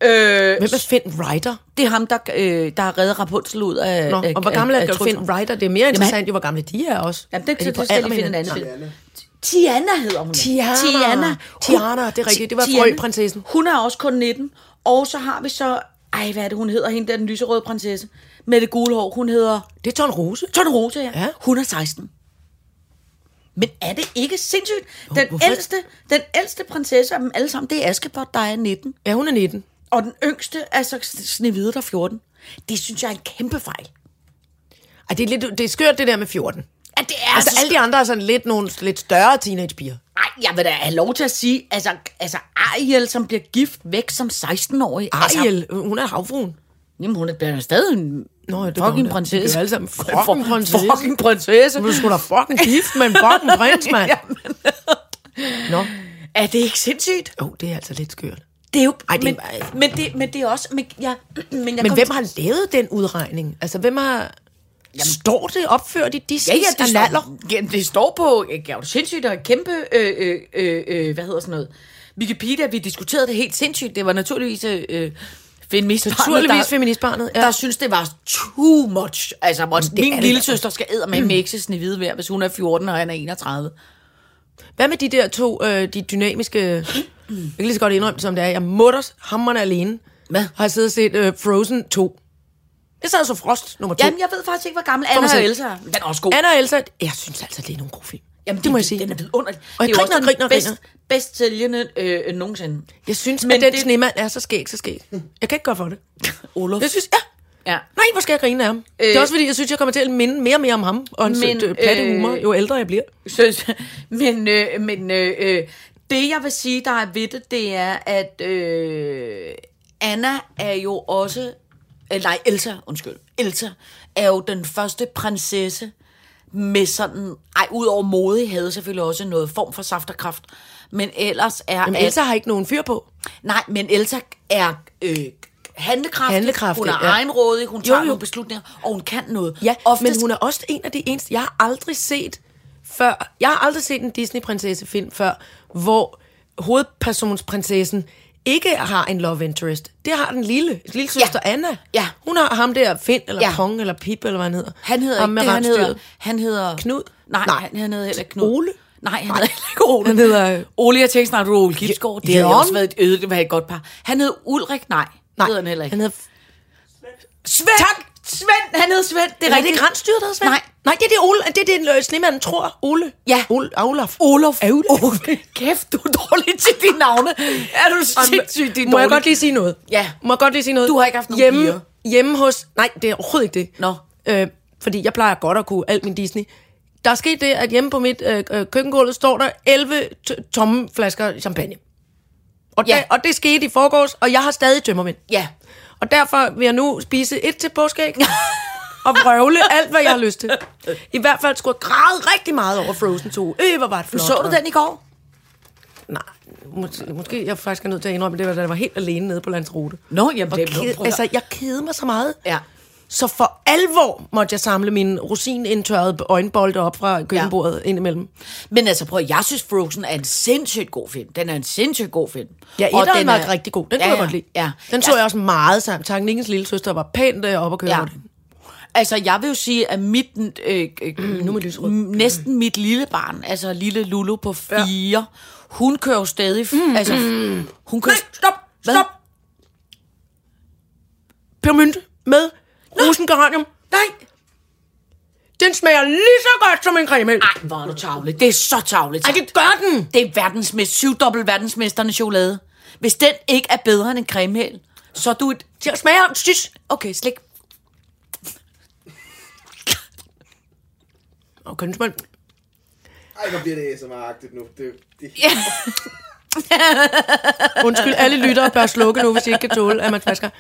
Øh, Hvem er Finn Rider? det er ham, der, øh, der har reddet Rapunzel ud af... Nå, af- og hvor gammel af- er af Finn truslen. Rider? Det er mere interessant, han- jo, hvor gamle de er også. Jamen, det, de det, det, på det skal jeg alder lige med finde en anden hinanden? film. Tiana hedder hun. Tiana. Tiana. Tiana, det er rigtigt. Det var Tiana. frøprinsessen. Hun er også kun 19. Og så har vi så... Ej, hvad er det, hun hedder? Hende der, den lyserøde prinsesse. Med det gule hår. Hun hedder... Det er Ton Rose. Tone Rose, ja. Ja. ja. Hun er 16. Men er det ikke sindssygt? Den, hvorfor- ældste, den ældste prinsesse af dem alle sammen, det er Askepot, der er 19. Ja, hun er 19. Og den yngste er så Snevide, der er 14. Det synes jeg er en kæmpe fejl. Ej, det er, lidt, det er skørt, det der med 14. At det er Altså, så alle de andre er sådan lidt nogle lidt større teenagepiger. Ej, jeg vil da have lov til at sige, altså, altså Ariel, som bliver gift væk som 16-årig. Altså, Ariel, hun er havfruen. jamen, hun er blevet stadig en Nå, ja, det var hun fucking da. prinsesse. Det er alle sammen For- fucking prinsesse. Fucking prinsesse. Du er sgu da fucking gift med en fucking prins, mand. Nå, Er det ikke sindssygt? jo, det er altså lidt skørt. Det er jo... Ej, det er- men, men, det, men det er også... Men, jeg, men, jeg Men kom hvem til- har lavet den udregning? Altså, hvem har... Står det opført i Disney's Ja, ja, det kanaler? står, ja, det står på, øh, ja, det er sindssygt, og kæmpe, øh, øh, øh, øh, hvad hedder sådan noget, Wikipedia, vi diskuterede det helt sindssygt, det var naturligvis øh, øh, feminist Naturligvis feministbarnet. Ja. Der synes, det var too much. Altså, hvor er min det lille da. søster skal æde med ikke sådan hvide vejr, hvis hun er 14 og han er 31. Hvad med de der to, øh, de dynamiske... Jeg kan lige så godt indrømme, som det er. Jeg mutters hammerne alene. Hvad? Har jeg siddet og set øh, Frozen 2. Jeg sad og så Frost nummer 2. Jamen, jeg ved faktisk ikke, hvor gammel Anna mig og selv. Elsa er. Den er også god. Anna og Elsa, jeg synes altså, det er nogle gode film. Jamen, det må jeg sige. Den er vidunderlig. Og jeg det er jo griner, også den griner, bedst, griner. bedst sælgende øh, øh, nogensinde. Jeg synes, Men Men at den det- det... snemand er så skæg, så skæg. Jeg kan ikke gøre for det. Olof. Jeg synes, ja. Ja. Nej, hvor skal jeg grine af ham? Øh... Det er også fordi, jeg synes, jeg kommer til at minde mere og mere om ham, og hans Men, Men, øh, platte øh, humor, jo ældre jeg bliver. Synes, men øh, men øh, øh, det, jeg vil sige, der er ved det, det er, at øh, Anna er jo også... Øh, nej, Elsa, undskyld. Elsa er jo den første prinsesse med sådan... Ej, ud over modighed selvfølgelig også noget form for saft og kraft. Men ellers er... Jamen, Elsa har ikke nogen fyr på. Nej, men Elsa er øh, handlekraftig, Handlekraftig, hun er ja. ja. egenrådig, hun tager jo, jo. jo. nogle beslutninger, og hun kan noget. Ja, Oftest, men hun er også en af de eneste, jeg har aldrig set før, jeg har aldrig set en Disney-prinsessefilm før, hvor hovedpersonsprinsessen ikke har en love interest. Det har den lille, lille søster Ja. ja. Anna. Ja. Hun har ham der, Finn, eller Ja. ja. Kong, eller Pip, eller hvad han hedder. han hedder ham ikke med det, han hedder, rensdyret. han hedder... Knud? Nej, Nej. han hedder heller ikke Knud. Ole? Nej, han hedder heller ikke Ole. Han hedder- Ole, jeg tænkte snart, du var Ole Kipsgaard. Det havde Jørgen? også været et øde, det var et godt par. Han hedder Ulrik, nej. Det Nej, hedder han heller ikke. Han hedder, Svend! Tak! Svend! Han hedder Svend, det er er det rigtigt. ikke rensdyret, der hedder Svend? Nej. Nej, det er det, Ole, det, er det øh, snemanden tror. Ole. Ja. Ole, Olaf. Olof. Olaf. Olof. Kæft, du er dårlig til dine navne. Er du sindssygt, din Må jeg godt lige sige noget? Ja. Må jeg godt lige sige noget? Du har ikke haft nogen hjemme, piger. Hjemme hos... Nej, det er overhovedet ikke det. Nå. Øh, fordi jeg plejer godt at kunne alt min Disney. Der er sket det, at hjemme på mit øh, øh, køkkengulv står der 11 t- tomme flasker champagne. Og, Ja. det, og det skete i forgårs, og jeg har stadig tømmermænd. Ja. Og derfor vil jeg nu spise et til påskeæg og vrøvle alt, hvad jeg har lyst til. I hvert fald skulle jeg græde rigtig meget over Frozen 2. Øh, hvor var det flot. Så og- du den i går? Nej, mås- måske jeg faktisk er nødt til at indrømme, at det var, da jeg var helt alene nede på landsrute. Nå, jamen, det er Ked, altså, jeg kede mig så meget. Ja. Så for alvor måtte jeg samle mine rosinindtørrede øjenbolde op fra køkkenbordet ja. indimellem. Men altså prøv, at- jeg synes Frozen er en sindssygt god film. Den er en sindssygt god film. Ja, etteren var rigtig god. Den ja, kunne jeg ja, godt lide. Ja. Altså, Den så jeg også meget sammen. Tak, Nikkens lille søster var pænt øh, oppe at køre Ja. ja. den. Altså, jeg vil jo sige, at mit, øh, øh, nu med lysrød. næsten mit lille barn, altså lille Lulu på fire, ja. hun kører jo stadig... Mm, altså, mm. hun kører... stop, Hvad? stop. Pyrmynte med rosengeranium. Nej! Den smager lige så godt som en creme. Ej, Ej, hvor er du tavle. Det er så tavligt. Ej, det gør den. det er verdensmest, syvdobbelt verdensmesterne chokolade. Hvis den ikke er bedre end en cremehæl, så er du et... Den smager sys. Okay, slik. Okay, den smager... Ej, hvor bliver det ASMR-agtigt nu. Det, det, Undskyld, alle lyttere bør slukke nu, hvis de ikke kan tåle, at man flasker.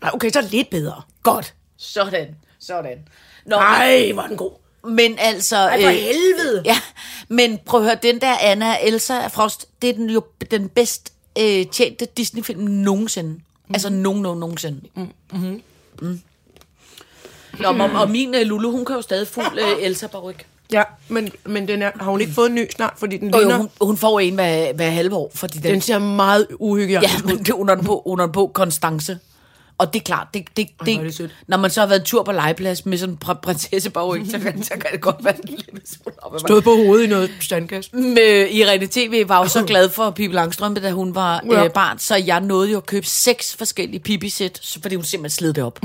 Nej, okay, så er det lidt bedre. Godt. Sådan. Sådan. Nå, Nej, hvor er den god. men altså... Ej, for helvede. Ja, men prøv at høre, den der Anna Elsa af Frost, det er den jo den bedst øh, tjente Disney-film nogensinde. Mm. Mhm. Altså nogen, nogen, nogensinde. Mm. Mm-hmm. Mm. Nå, og, og min øh, Lulu, hun kan jo stadig fuld øh, Elsa Baryk. Ja, men, men den er, har hun ikke fået en ny snart, fordi den Jo, jo, ligner... hun, hun får en hver, hver halve år, fordi den, Den ser meget uhyggelig Ja, men det under den på, under den på Konstance. Og det er klart, det, det, det, hvor er det sødt. når man så har været en tur på legeplads med sådan en pr- prinsessebaryg, så, kan- så kan det godt være en lille smule op ad mig. Stod på hovedet i noget standkast. med Irene TV var jo så glad for Pippi Langstrømpe, da hun var Ja. øh, barn, så jeg nåede jo at købe seks forskellige Pippi-sæt, så- fordi hun simpelthen sled det op.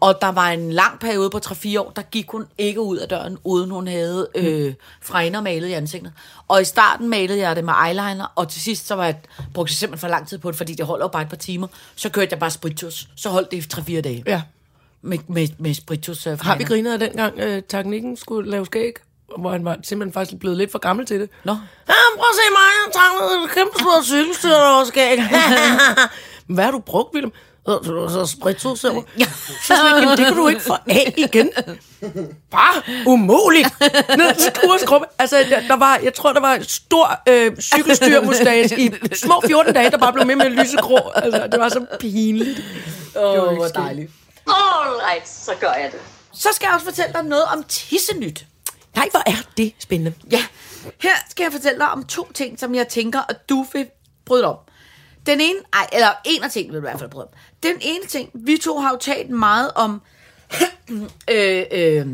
og der var en lang periode på 3-4 år, der gik hun ikke ud af døren, uden hun havde Mm. øh, fregner malet i ansigtet. Og i starten malede jeg det med eyeliner, og til sidst så var jeg, brugte jeg simpelthen for lang tid på det, fordi det holder jo bare et par timer. Så kørte jeg bare spritus, så holdt det i 3-4 dage Ja. med, med, med spritus. Øh, Har vi fregner. grinet af dengang, øh, teknikken skulle lave skæg? Hvor han var simpelthen faktisk blevet lidt for gammel til det. Nå. Ja, prøv at se mig, jeg tager en kæmpe stor cykelstyr over skæg. Hvad har du brugt, Willem? Så, så, så spritus Så sådan, jamen, det kan du ikke få af igen. Bare umuligt. Ned til kursgruppe. Altså, der, der var, jeg tror, der var en stor øh, cykelstyrmustache i små 14 dage, der bare blev med med lysegrå. Altså, det var så pinligt. Åh, oh, hvor dejligt. All right, så gør jeg det. Så skal jeg også fortælle dig noget om tissenyt. Nej, hvor er det spændende. Ja, her skal jeg fortælle dig om to ting, som jeg tænker, at du vil bryde dig om. Den ene, ej, eller en af tingene vil du i hvert fald bryde dig om. Den ene ting, vi to har jo talt meget om, øh, øh, Jeg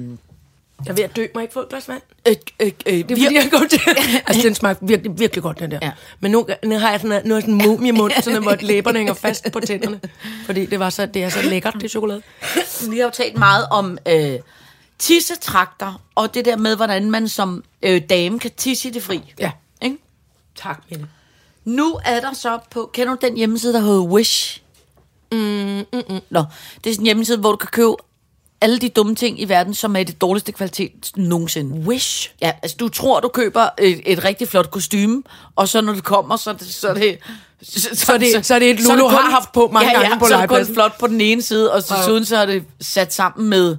er ved at dø, må jeg ikke få et glas vand? øh, øh, øh, Det er fordi, jeg går til. altså, den smagte virkelig, virkelig godt, den der. Ja. Ja. Men nu, nu har jeg sådan, nu har jeg sådan en mum i munden, sådan, hvor læberne hænger fast på tænderne. Fordi det, var så, det er så lækkert, det chokolade. vi har jo talt meget om øh, tissetrakter, og det der med, hvordan man som øh, dame kan tisse i det fri. Ja. Ikke? Tak, Mette. Nu er der så på, kender du den hjemmeside, der hedder Wish? Mm, mm, mm. Nå, det er sådan en hjemmeside, hvor du kan købe alle de dumme ting i verden, som er i det dårligste kvalitet nogensinde. Wish? Ja, altså du tror, du køber et, et rigtig flot kostume, og så når det kommer, så er det... Så er det så, så, er det- så er det et Lulu kun- har haft på mange ja, gange ja, på så er det kun legepladsen. flot på den ene side, og desuden så er det sat sammen med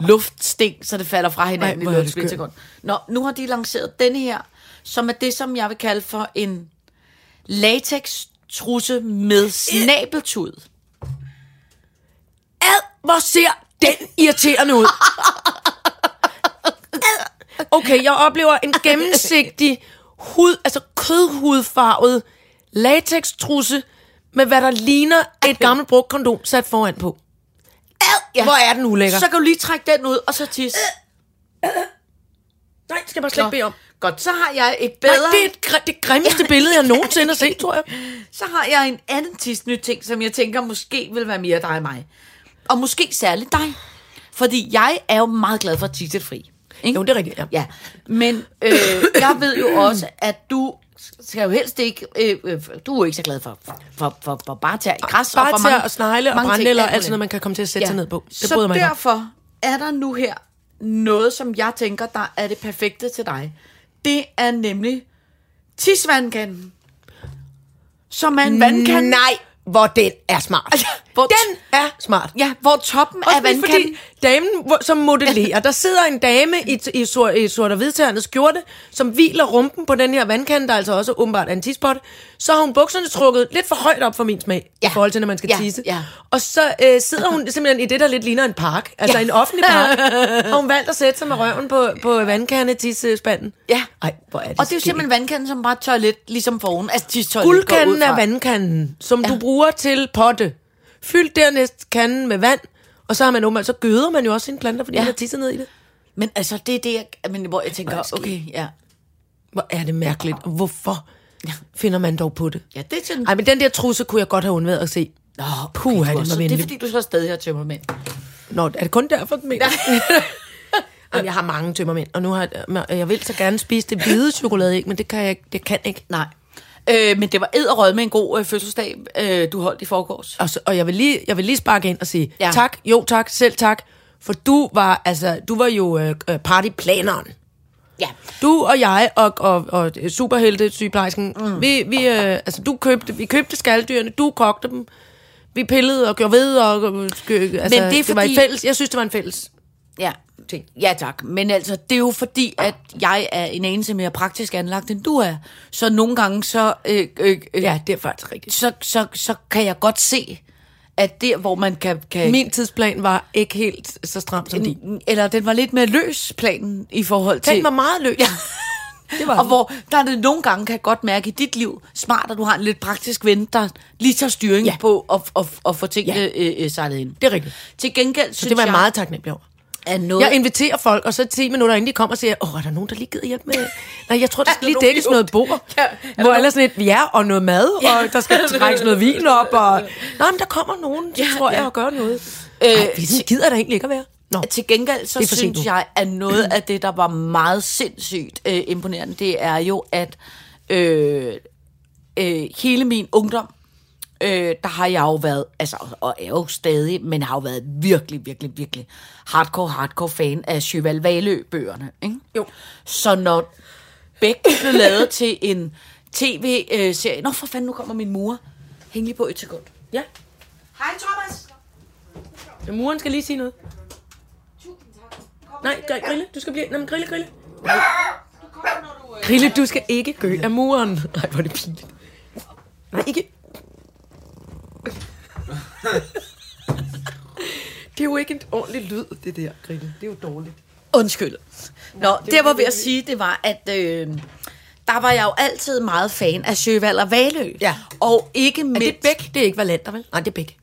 luftsten, så det falder fra hinanden Ej, Ej, i hvor er det løbet af skørt. sekund. Nå, nu har de lanceret denne her, som er det, som jeg vil kalde for en latex trusse med snabeltud. Ad, hvor ser den irriterende ud. Ad. Okay, jeg oplever en gennemsigtig hud, altså kødhudfarvet latextrusse med hvad der ligner et gammelt brugt kondom sat foran på. Ad, ja. Hvor er den ulækker. Så kan du lige trække den ud, og så tisse. nej, skal jeg bare slet ikke bede om. Godt, så har jeg et Nej, bedre... det er et, gr- det grimmeste billede, jeg nogensinde har set, tror jeg. Så har jeg en anden tisnyt ting, som jeg tænker måske vil være mere dig og mig. Og måske særligt dig. Fordi jeg er jo meget glad for at tisse lidt fri. Ikke? Jo, det er rigtigt, ja. Ja, men øh, jeg ved jo også, at du skal jo helst ikke, øh, øh, du er jo ikke så glad for, for, for, for bare tæer i græs. Bare og for tæer mange, Ah, og snegle og mange ting, brændenælder, alt alt sådan muligt. noget, man kan komme til at sætte sig ned på. Det så bryder mig ikke om. derfor er der nu her noget, som jeg tænker, der er det perfekte til dig. Det er nemlig tisvandkanden. Som er en vandkant. Nej, hvor den er smart. Altså, hvor- den er smart. Ja, hvor toppen Også af fordi, vandkanten... fordi damen, hvor- som modellerer, der sidder en dame i, i, sort, i sort og hvidtærende skjorte, som hviler rumpen på den her vandkant, der altså også åbenbart er en tispot. Så har hun bukserne trukket lidt for højt op for min smag, ja. Ja. i forhold til, når man skal Ja, tisse. ja. Og så øh, sidder hun simpelthen i det, der lidt ligner en park, altså Ja. en offentlig park. og hun valgt at sætte sig med røven på, på vandkante tissespanden. Ja. Ej, hvor er det og det er jo skægt. simpelthen vandkanden, som bare tør lidt, ligesom forhånden. Altså, tistøjet Guldkanden er vandkanden, som ja. du bruger til potte. Fyld dernæst kanden med vand, og så har man åbenbart, så gøder man jo også sine planter, fordi Ja. ja. man har tisset ned i det. Men altså, det er det, jeg, men, hvor jeg tænker, Hvor er det sket? okay, ja. Hvor er det mærkeligt, og hvorfor finder man dog på det? Ja, det er sådan... Ej, men den der trusse kunne jeg godt have undværet at se. Nå, Puh, du er det også- mig det venlig. er fordi, du så stadig har tømmermænd. Nå, er det kun derfor, den mener? Jamen, jeg har mange tømmermænd, og nu har jeg, jeg vil så gerne spise det hvide chokolade, ikke, men det kan jeg ikke. Det kan jeg ikke. Nej. Øh, men det var edderød med en god øh, fødselsdag, øh, du holdt i forgårs. Og, så, og jeg, vil lige, jeg vil lige sparke ind og sige, Ja. ja. tak, jo tak, selv tak, for du var, altså, du var jo øh, øh, partyplaneren. Ja. Du og jeg og, og, og superhelte sygeplejersken, mm. vi, vi, øh, altså, du købte, vi købte skaldyrene, du kogte dem, vi pillede og gjorde ved, og, øh, skø, altså, Men det er det var fordi- et fælles, jeg synes, det var en fælles. Ja. Ting. ja, tak. Men altså, det er jo fordi, at jeg er en anelse mere praktisk anlagt, end du er. Så nogle gange, så, øh, øh, øh, ja. Ja, det er faktisk rigtigt. så, så, så kan jeg godt se, at der, hvor man kan... kan Min tidsplan var ikke helt så stram som din. eller den var lidt mere løs, planen, i forhold til... Den var meget løs. Ja. Det var Og hvor der er det nogle gange, kan jeg godt mærke i dit liv, smart, at du har en lidt praktisk ven, der lige tager styring ja. Ja. på og, og, og får tingene ja. Ja. øh, øh, sejlet ind. Det er rigtigt. Til gengæld så synes det var jeg jeg, meget taknemmelig over. er noget... Jeg inviterer folk, og så 10 minutter inden de kommer, siger jeg, åh, er der nogen, der lige gider hjælpe med? Nej, jeg tror, der skal Er der lige nogen, dækkes der- noget bord. Ja, er der Ja, hvor ellers sådan et, ja, og noget mad, og der skal trækkes noget vin op. Og... Nej, men der kommer nogen, så tror jeg, og gør noget. Øh, Ej, vi gider der egentlig ikke at være. Nå, Til gengæld så Det er for sent synes nu. jeg, at noget af det, der var meget sindssygt øh, imponerende, det er jo, at øh, øh, hele min ungdom, øh, der har jeg jo været, altså, og er jo stadig, men har jo været virkelig, virkelig, virkelig hardcore, hardcore fan af Cheval Valø-bøgerne, ikke? Jo. Så når Bæk blev lavet til en tv-serie, nå for fanden, nu kommer min mor, hæng lige på et sekund. ja. Hej Thomas. Men muren skal lige sige noget. Nej, gør, Grille, du skal blive... Nej, men Grille, Grille. Grille, du øh, skal ikke gø af muren. Nej, hvor er det pinligt. Nej, ikke... Det er jo ikke en ordentlig lyd, det der, Grille. Det er jo dårligt. Undskyld. Nå, det, jeg var ved at sige, det var, at øh, der var jeg jo altid meget fan af Sjøvald og Valø. Ja. Og ikke mindst... Men det er Bæk, det er ikke Valander, vel? Nej, det er Bæk.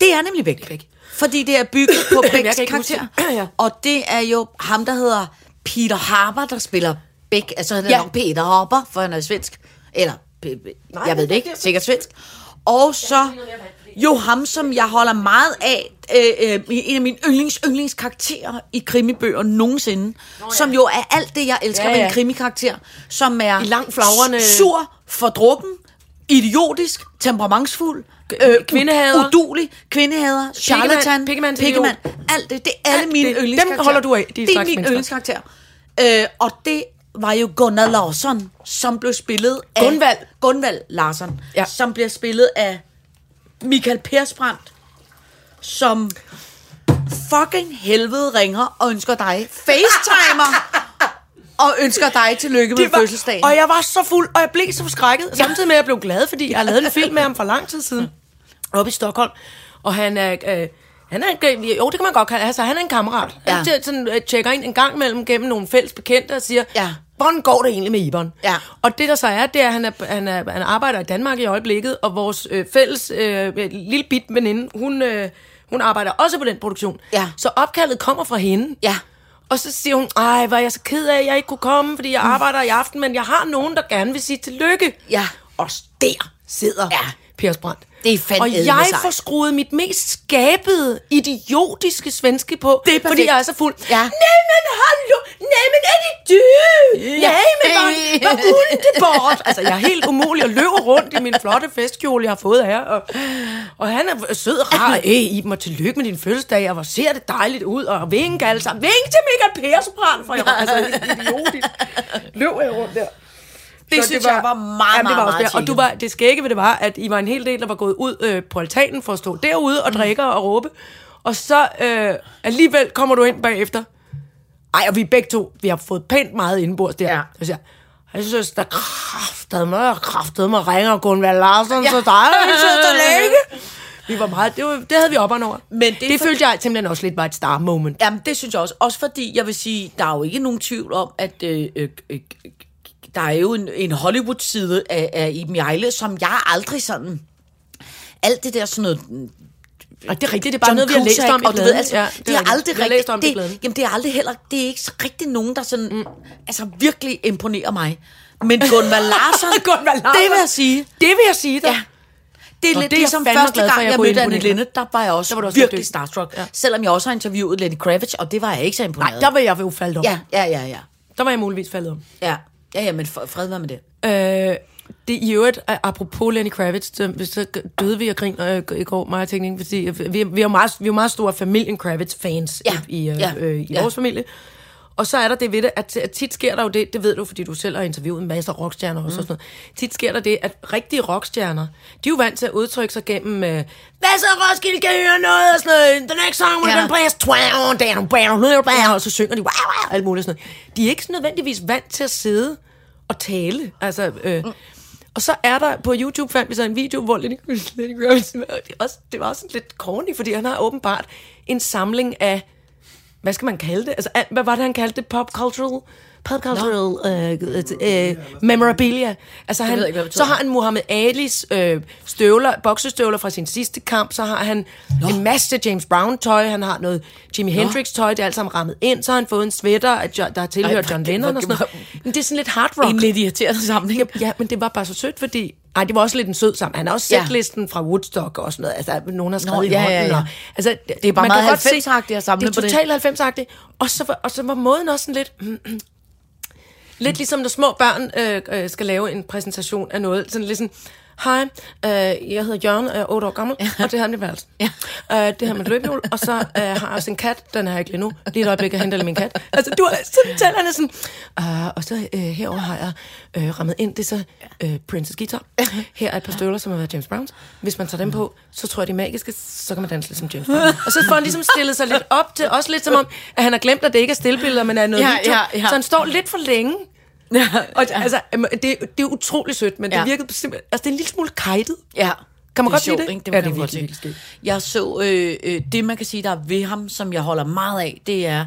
Det er nemlig Bæk. Bæk. Fordi det er bygget på Jeg kan Bæks ikke huske karakter. det. Ja. Og det er jo ham, der hedder Peter Harper, der spiller Bæk. Altså han er Ja. nok Peter Harper, for han er svensk. Eller, p- p- jeg ved det ikke, sikkert svensk. Og så jo ham, som jeg holder meget af, øh, øh, en af mine yndlings, yndlingskarakterer i krimibøger nogensinde, Nå, ja. som jo er alt det, jeg elsker Ja, ja, ja. ved ja. en krimikarakter, som er I langt flagrende- s- sur, fordrukken, idiotisk, temperamentsfuld, øh, kvindehader. u- udulig, kvindehader, charlatan, Pikkemand, pikkemand, pikkemand, alt det, det er alle Alt mine det. Dem yndlingskarakterer. holder du af, de det er slags min mennesker. yndlingskarakter. Øh, og det var jo Gunnar Larsson, som blev spillet af... Gunvald. Gunvald Larsson, Ja. ja. som bliver spillet af Michael Persbrandt, som fucking helvede ringer og ønsker dig facetimer og ønsker dig tillykke med Det var- fødselsdagen. Og jeg var så fuld, og jeg blev så forskrækket. Altså, Samtidig med, at jeg blev glad, fordi jeg lavede en film med ham for lang tid siden. Oppe i Stockholm. Og han er... Øh, han er, en- jo, det kan man godt kalde. Altså, han er en kammerat. Ja. Ja. Han t- sådan, øh, tjekker ind en gang mellem gennem nogle fælles bekendte og siger, Ja. hvordan går det egentlig med Ibon? Ja. Og det, der så er, det er, at han, er, han, er, han arbejder i Danmark i øjeblikket, og vores øh, fælles øh, lille bit veninde, hun, øh, hun arbejder også på den produktion. Ja. Så opkaldet kommer fra hende. Ja. Og så siger hun, ej, hvor er jeg så ked af, at jeg ikke kunne komme, fordi jeg Mm. arbejder i aften, men jeg har nogen, der gerne vil sige tillykke. Ja. Og der sidder Ja. ja. Pers Brandt. Det er fandme Og jeg sejt. får skruet mit mest skabede, idiotiske svenske på, Det er fordi perfekt. jeg er så fuld. Ja. Nej, men hallo, nej, men er det du? Nej, men hvor, hvor guld det bort? Altså, jeg er helt umulig og løber rundt i min flotte festkjole, jeg har fået her. Og, og han er sød og rar. Æ, Iben, og tillykke med din fødselsdag, og hvor ser det dejligt ud. Og vink alle sammen. Vink til Michael Persbrandt, for jeg var altså helt idiotisk. Løb jeg rundt der. Det Så synes jeg var meget, det var meget, også meget der. Og du var, det skægge ved det var, at I var en hel del, der var gået ud øh, på altanen for at stå derude og drikke og råbe. Og så øh, alligevel kommer du ind bagefter. Ej, og vi begge to, vi har fået pænt meget indenbords der. Ja. Ja. Så siger jeg, jeg synes, der kraftede mig, jeg kraftede mig, ringer Gunvald Larsen, ja. så dig, jeg synes, der længe. Vi var meget, det, var, det havde vi op over. Men det er det, det for- følte jeg simpelthen også lidt var et star moment. Jamen, det synes jeg også. Også fordi, jeg vil sige, der er jo ikke nogen tvivl om, at øh, øh, øh, der er jo en, en Hollywood-side af, af Iben Jejle, som jeg aldrig sådan... Alt det der sådan noget Og det er rigtigt, det er bare noget, vi har læst om i og du ved, bladen. altså, Ja, det er rigtigt. aldrig Vi har rigtigt. læst om det i bladen. det, jamen, det er aldrig heller, det er ikke så rigtig nogen, der sådan, mm. altså virkelig imponerer mig. Men Gunvar Larsson, Gunvald Larsen. det vil jeg sige, Det vil jeg sige dig. Ja. det er Nå, lidt det er jeg ligesom fandme første glad for, gang, at jeg jeg, jeg kunne mødte Anne imponere. Linde, der var jeg også, Der var du også lidt virkelig dygtig. starstruck. Ja. Ja. Selvom jeg også har interviewet Lenny Kravitz, og det var jeg ikke så Nej, imponeret. der var jeg jo faldet om. Ja, ja, ja, ja. Der var jeg muligvis faldet om. Ja, ja, ja men f- fred være med det. Øh, det i øvrigt, a- apropos Lenny Kravitz, så, så døde vi og grin øh, i går, mig og teknikken, fordi øh, vi, vi, er jo meget, vi er jo meget store familien Kravitz-fans Ja, i, i, øh, ja, øh, i ja. vores familie. Og så er der det ved det, at, at tit sker der jo det, det ved du, fordi du selv har interviewet en masse rockstjerner også, mm. og sådan noget. Tit sker der det, at rigtige rockstjerner, de er jo vant til at udtrykke sig gennem, øh, hvad så Roskilde, skal I høre noget, og sådan noget, the next song we're Ja. ja. gonna play is twang, down, down, down, down, og så synger de, wow, wow, alt muligt sådan noget. De er ikke sådan nødvendigvis vant til at sidde og tale, altså, Mm. øh, og så er der på YouTube fandt vi så en video, hvor Lenny, Lenny Kravitz, det var også, det var også sådan lidt corny, fordi han har åbenbart en samling af hvad skal man kalde det? Altså, al- hvad var det, han kaldte det? Pop cultural? Pop cultural øh, øh, øh, memorabilia. Altså, han, ved jeg ikke, hvad det betyder. så har han Muhammad Ali's øh, støvler, boksestøvler fra sin sidste kamp. Så har han Nå. en masse James Brown-tøj. Han har noget Jimi Hendrix-tøj. Det er alt sammen rammet ind. Så har han fået en sweater, af Jo- der har Ej, tilhørt hvor- John Lennon hvor- og sådan noget. Men det er sådan lidt hard rock. En lidt irriterende sammenhæng. Ja, men det var bare så sødt, fordi... Ej, det var også lidt en sød sammen. Han har også Ja. sætlisten ja. fra Woodstock og sådan noget. Altså, nogen har skrevet Nå, i ja, hånden. ja, ja. Og, altså, Det er bare man kan meget godt se- 90'er-agtigt at samle Det på er det. totalt 90-agtigt. Og så, var- og så var måden også sådan lidt... Lidt ligesom når små børn øh, øh, skal lave en præsentation af noget. Sådan lidt sådan, hej, øh, jeg hedder Jørgen, og jeg er 8 år gammel, og det her er mit værelse. Ja. Øh, det her er mit løbehjul, og så øh, har jeg også en kat, den har jeg ikke lige nu. Lige et øjeblik, jeg henter lige min kat. Altså, du er sådan, taler han er sådan, øh, og så øh, herover har jeg øh, rammet ind, det er så øh, Princess Guitar. Her er et par støvler, som har været James Browns. Hvis man tager dem på, så tror jeg, de er magiske, så kan man danse lidt som James Brown. Og så får han ligesom stillet sig lidt op til, også lidt som om, at han har glemt, at det ikke er stillbilleder, men er noget Ja, video. ja, ja. Så han står lidt for længe. Ja, Og, ja. Altså, jamen, det, det er utrolig sødt, men ja. Ja. det virkede simpelthen... Altså, det er en lille smule kajtet. Ja. Kan man godt sige sjovt, det? ikke? Ja, kan det er man godt virkelig, sige. virkelig Jeg så, øh, øh, det man kan sige, der er ved ham, som jeg holder meget af, det er,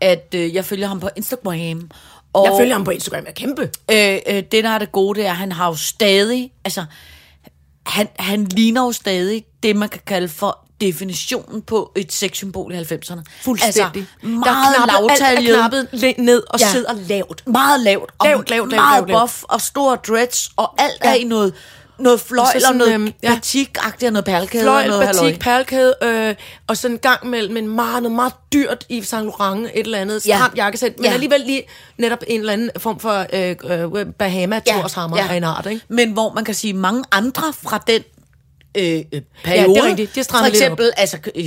at øh, jeg følger ham på Instagram. Og, Jeg følger ham på Instagram, jeg er kæmpe. Øh, øh, det, der er det gode, det er, at han har jo stadig, altså, han, han ligner jo stadig det, man kan kalde for definitionen på et sexsymbol i 90'erne. Fuldstændig. Altså, meget alt er lavtaljet. knappet læ- ned og Ja. ja. sidder lavt. Meget lavt. Og Lavt, lavt, lavt, Meget lavt, lavt. buff og store dreads, og alt ja. Ja. er i noget noget fløj, Og så eller sådan, noget øhm, ja. ja. batik-agtigt, og noget perlekæde. og Fløjl, noget halløj. batik, perlekæde, øh, og så en gang mellem en meget, noget meget dyrt i Saint Laurent, et eller andet Ja. stramt jakkesæt, men Ja. alligevel lige netop en eller anden form for øh, øh, bahama torshammer ja. af en art, ikke? Men hvor man kan sige, mange andre fra den øh, øh, periode. Ja, det er rigtigt. De har For strammet lidt eksempel altså, øh,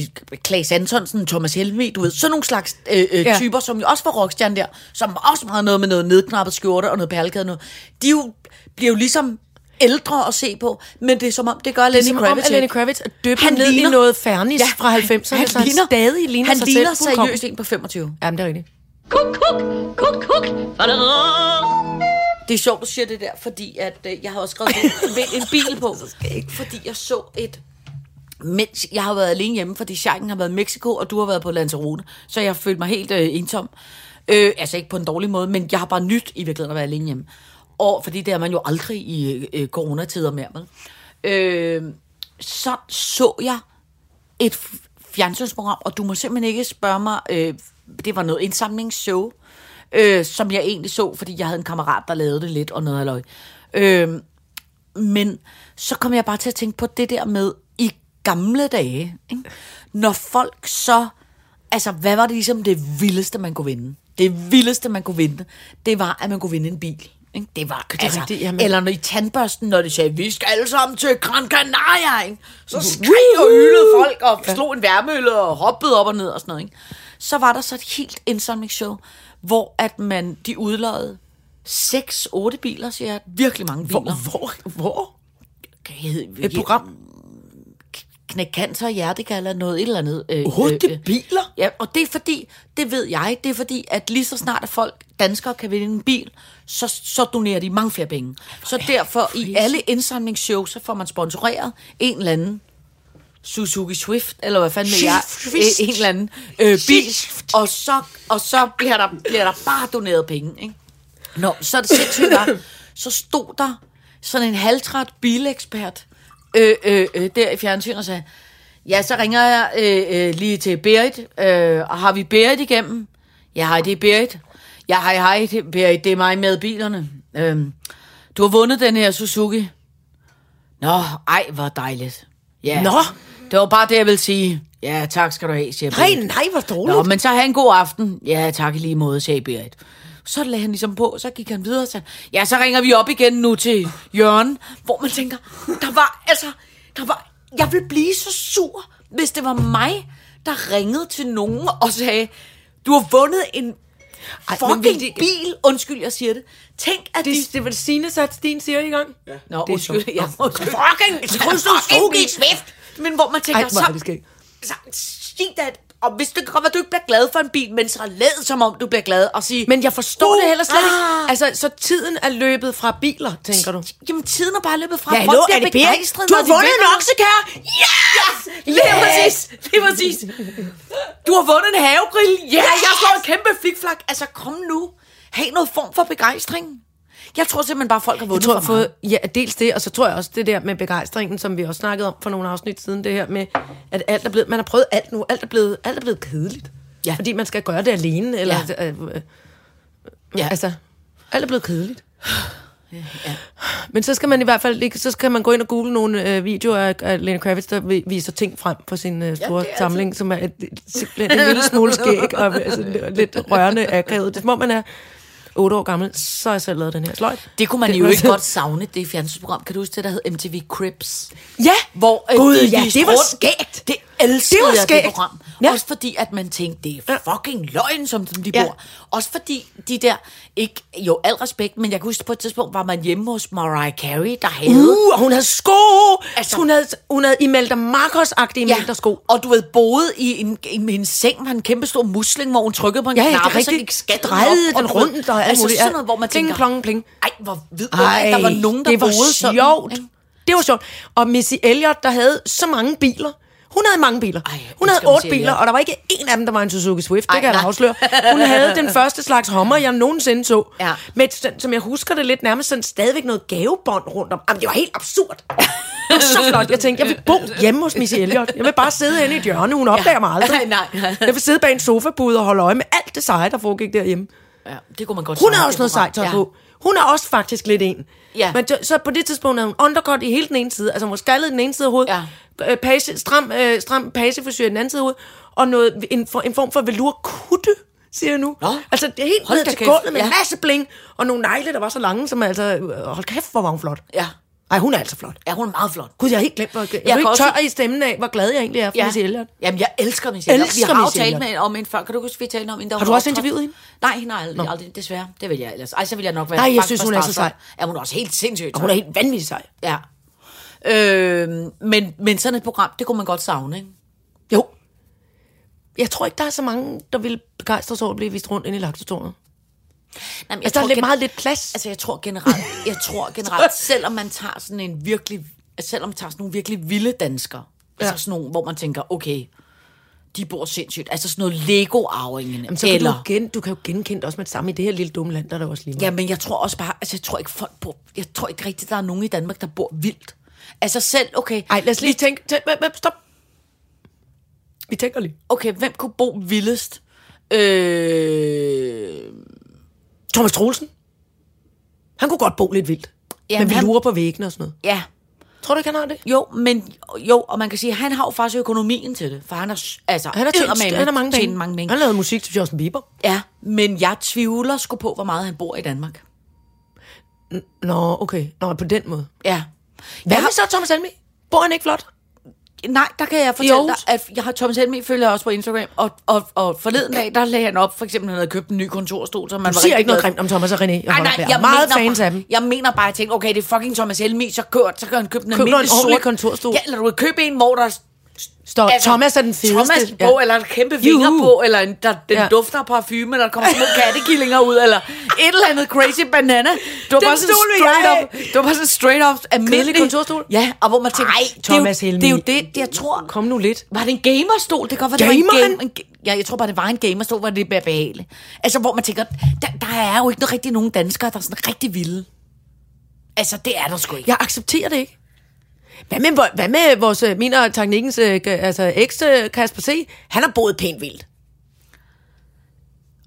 Claes Antonsen, Thomas Helmi, du ved, sådan nogle slags øh, øh, Ja. ja. typer, som jo også var rockstjerne der, som også meget noget med noget nedknappet skjorte og noget perlekæde og noget. De jo, bliver jo ligesom ældre at se på, men det er som om, det gør Lenny som om, Kravitz at Lenny ikke. Kravitz er dybt ned ligner. i noget fernis ja. fra 90'erne, så han stadig ligner han sig ligner selv fuldkommen. seriøst en på 25. Jamen, det er rigtigt. Kuk, kuk, kuk, kuk. Fadadadada. Det er sjovt, du siger det der, fordi at, øh, jeg har også skrevet vind en bil på. Fordi jeg så et... Mens jeg har været alene hjemme, fordi Sjakken har været i Mexico, og du har været på Lanzarote. Så jeg følte mig helt øh, ensom. Øh, altså ikke på en dårlig måde, men jeg har bare nyt i virkeligheden at være alene hjemme. Og fordi det er man jo aldrig i øh, coronatider mere med. Øh, så så jeg et f- fjernsynsprogram, og du må simpelthen ikke spørge mig, øh, det var noget indsamlingsshow, øh, som jeg egentlig så, fordi jeg havde en kammerat, der lavede det lidt og noget halløj. Øh, men så kom jeg bare til at tænke på det der med i gamle dage, ikke? når folk så, altså hvad var det ligesom det vildeste, man kunne vinde? Det vildeste, man kunne vinde, det var, at man kunne vinde en bil. Ikke? Det var, det altså, rigtigt, rigtigt, jamen. eller når i tandbørsten, når de sagde, vi skal alle sammen til Gran Canaria, ikke? så skreg og ylede folk og ja. slog en værmølle og hoppede op og ned og sådan noget. Ikke? Så var der så et helt indsamlingsshow, hvor at man, de udlejede 6-8 biler, siger jeg, virkelig mange biler. Hvor? Hvor? Kan jeg hedde- Et program? Knæk cancer, hjertekal eller noget, et eller andet. Øh, Otte øh, øh. biler? Ja, og det er fordi, det ved jeg, det er fordi, at lige så snart at folk, danskere, kan vinde en bil, så, så donerer de mange flere penge. Så derfor, i alle indsamlingsshows, så får man sponsoreret en eller anden Suzuki Swift, eller hvad fanden ved jeg, øh, en eller anden øh, bil, og så, og så bliver, der, bliver der bare doneret penge, ikke? Nå, så er det sindssygt var, så stod der sådan en halvtræt bilekspert øh, øh, øh, der i fjernsynet og sagde, ja, så ringer jeg øh, øh, lige til Berit, øh, og har vi Berit igennem? Ja, hej, det er Berit. Ja, hej, hej, det er Berit, det er mig med bilerne. Øhm, du har vundet den her Suzuki. Nå, ej, hvor dejligt. Ja. Nå. Det var bare det, jeg ville sige. Ja, tak skal du have, siger Berit. Nej, nej, hvor dårligt. Nå, men så have en god aften. Ja, tak i lige måde, sagde Berit. Så lagde han ligesom på, så gik han videre og sagde, ja, så ringer vi op igen nu til Jørgen, hvor man tænker, der var, altså, der var, jeg ville blive så sur, hvis det var mig, der ringede til nogen og sagde, du har vundet en men vil fucking det- bil, undskyld, jeg siger det. Tænk, at de... det var Signe sat Stine siger i gang. Ja. Nå, er undskyld, sjovt. ja, undskyld. Fucking, fucking Swift! Men hvor man tænker, Ej, hvor er det så, skægt. så sig det, at- og hvis det kan godt være, at du ikke bliver glad for en bil, men så lad som om, du bliver glad, og sige... Men jeg forstår uh, Uh, det heller slet ikke. ah. Altså, så tiden er løbet fra biler, tænker du? Jamen, tiden er bare løbet fra. Ja, Folk hallo, bliver er det Berit? begejstrede, Du når har de vundet en vinder. oksekærre! Yes! Lige Yes! præcis! Lige præcis! Du har vundet en havegrill! Ja, yes! jeg får en kæmpe flikflak! Altså, kom nu! Hav noget form for begejstring. Jeg tror simpelthen bare, folk har Jeg vundet tror, jeg har for meget. fået, ja, dels det, og så tror jeg også det der med begejstringen, som vi også snakkede om for nogle afsnit siden, det her med, at alt er blevet, man har prøvet alt nu, alt er blevet, alt er blevet kedeligt. Ja. Fordi man skal gøre det alene, eller, ja. Ja. øh, øh, ja. Ja. altså, alt er blevet kedeligt. Ja. Men så skal man i hvert fald ikke, så skal man gå ind og google nogle øh, videoer af, af Lene Kravitz, der vi- viser ting frem for sin øh, store ja, samling, altså. som er et, simpelthen en lille smule skæg og altså, lidt rørende akavet. Det er som om man er otte år gammel, så har jeg selv lavet den her sløjt. Det kunne man Det jo var ikke så- godt savne, det fjernsynsprogram. Kan du huske det, der hed MTV Cribs? Ja, Hvor øh, Gud, de ja, viste det var rundt. skægt. Det elskede Det var det jeg, det skægt. program. Ja. Ja. Også fordi, at man tænkte, det er fucking løgn, som som de Ja. ja. bor. Også fordi de der, ikke, jo al respekt, men jeg kan huske på et tidspunkt, var man hjemme hos Mariah Carey, der havde... Uh, og hun havde sko! Altså, Altså- hun havde, hun havde Imelda Marcos-agtige ja. Imelda-sko. og du ved, boede i en, en, en seng med en kæmpe stor musling, hvor hun trykkede på en Ja, ja, det er knap, og så rigtigt. gik skatten Drejede op, og den du ved, rundt og alt altså muligt, ja. sådan noget, hvor man Pling, tænker, plong, pling. Ej, hvor vidunderligt, at der var nogen, der det var boede sådan. sjovt. ikke? Det var sjovt. Og Missy Elliott, der havde så mange biler. Hun havde mange biler. Ej, hun elsker havde otte Missy biler, Elliott. og der var ikke en af dem, der var en Suzuki Swift. Ej, det Ej, kan jeg da nej. afsløre. Hun havde den første slags Hummer, jeg nogensinde så. Ja. Med, et sådan- som jeg husker det lidt nærmest sådan stadigvæk noget gavebånd rundt om. Jamen, det var helt absurd. Det var så flot. Jeg tænkte, jeg vil bo hjemme hos Missy Elliott. Jeg vil bare sidde henne i et hjørne. Hun opdager mig aldrig. Nej, nej. Jeg vil sidde bag en sofapude og holde øje med alt det seje, der foregik derhjemme. Ja, det kunne man godt Hun savne, havde også det noget program. sejt tøj på. Hun er også faktisk lidt en. Ja. Men så- så på det tidspunkt havde hun undercut i hele den ene side. Altså hun var skaldet i den ene side af hovedet. Ja. Øh, page, stram, øh, stram pageforsyre i den anden side af hovedet. Og noget, en, for, en form for velurkutte, siger jeg nu. Nå. Altså det er helt Hold ned da til kæft, gulvet med ja. en masse bling. Og nogle negle, der var så lange, som altså... øh, Hold kæft, hvor var hun flot. Ja. Ej, hun er altså flot. ja, hun er meget flot. Gud, jeg har helt glemt, hvor jeg, jeg, Jeg jeg kan ikke også- tør i stemmen af, hvor glad jeg egentlig er for ja. Missy Elliot. Jamen, jeg elsker Miss Elliot. Vi Elsker har jo Missy talt Elliot. med hende om hende før. Kan du huske, vi talte om hende? da Har hun du også optrådte? interviewet hende? Nej, hende har jeg aldrig, aldrig, desværre. Det vil jeg ellers. Ej, så vil jeg nok være Nej, jeg bange synes, for hun er så starstruck. sej. Ja, hun er også helt sindssygt. Og hun er helt vanvittig sej. Ja. Øh, men, men sådan et program, det kunne man godt savne, ikke? Jo. Jeg tror ikke, der er så mange, der vil begejstres over at blive vist rundt ind i laksetårnet. Nej, men jeg Altså, der er tror lidt, gen- meget lidt plads. Altså, Altså, jeg tror generelt, jeg tror generelt, selvom man tager sådan en virkelig, altså, selvom man tager sådan nogle virkelig vilde danskere, ja. altså sådan nogle, hvor man tænker, okay, de bor sindssygt, altså sådan noget Lego-arvingene, Jamen, så kan eller... du, jo gen, du kan jo genkende det også med det samme i det her lille dumme land, der er der også lige meget. Ja, men jeg tror også bare, altså jeg tror ikke folk bor, jeg tror ikke rigtigt, der er nogen i Danmark, der bor vildt. Altså selv, okay, Ej, lad os lige tænke. Tænk, hvem, hvem, stop. Vi tænker lige. okay, hvem kunne bo vildest? Øh, Thomas Troelsen. Han kunne godt bo lidt vildt. Ja, Ja, men vi han- lurer på væggene og sådan noget. ja, Tror du ikke, han har det? jo, men jo, og man kan sige, han har jo faktisk økonomien til det, for han har, s- altså, Han har tjent, eddermame han har mange tjent penge. mange penge. Han lavede musik til Justin Bieber. Ja, men jeg tvivler sgu på, hvor meget han bor i Danmark. Nå, okay. Nå, på den måde. Ja. Hvad Jeg med så Thomas Helmi? Bor han ikke flot? Nej, der kan jeg fortælle Jo. dig, at jeg har Thomas Helmi følger jeg også på Instagram, og, og, og forleden dag, der lagde han op, for eksempel, han havde købt en ny kontorstol, så man var Du siger rigtig ikke noget glad. grimt om Thomas og René. Jeg, Nej, nej, jeg er meget mener, fans af dem. Jeg mener bare, at jeg tænkte, okay, det er fucking Thomas Helmi, så kørt, så kan han købe en Køb dig almindelig en ordentlig sort. kontorstol. Ja, eller du kan købe en, hvor der er Står, altså, Thomas er den fedeste. Thomas på, ja. eller en kæmpe vinger Juhu. på, eller en, der, den ja. Ja. dufter af parfume, der kommer små kattekillinger ud, eller et eller andet crazy banana. Du var Den bare sådan stol vil straight jeg up, du var bare sådan straight up almindelig. kontorstol? Ja, og hvor man tænker, Ej, Thomas det, er jo, Helmig. det er jo det, det, jeg tror. Kom nu lidt. Var det en gamerstol? Det kan godt være, Gamer det var en, han? en ga- Ja, jeg tror bare, det var en gamerstol, hvor det blev behageligt. Altså, hvor man tænker, der, der er jo ikke rigtig nogen danskere, der er sådan rigtig vilde. Altså, det er der sgu ikke. Jeg accepterer det ikke. Hvad med, vo- hvad med vores, øh, min og teknikkens øh, g- altså, eks, øh, Kasper C? Han har boet pænt vildt.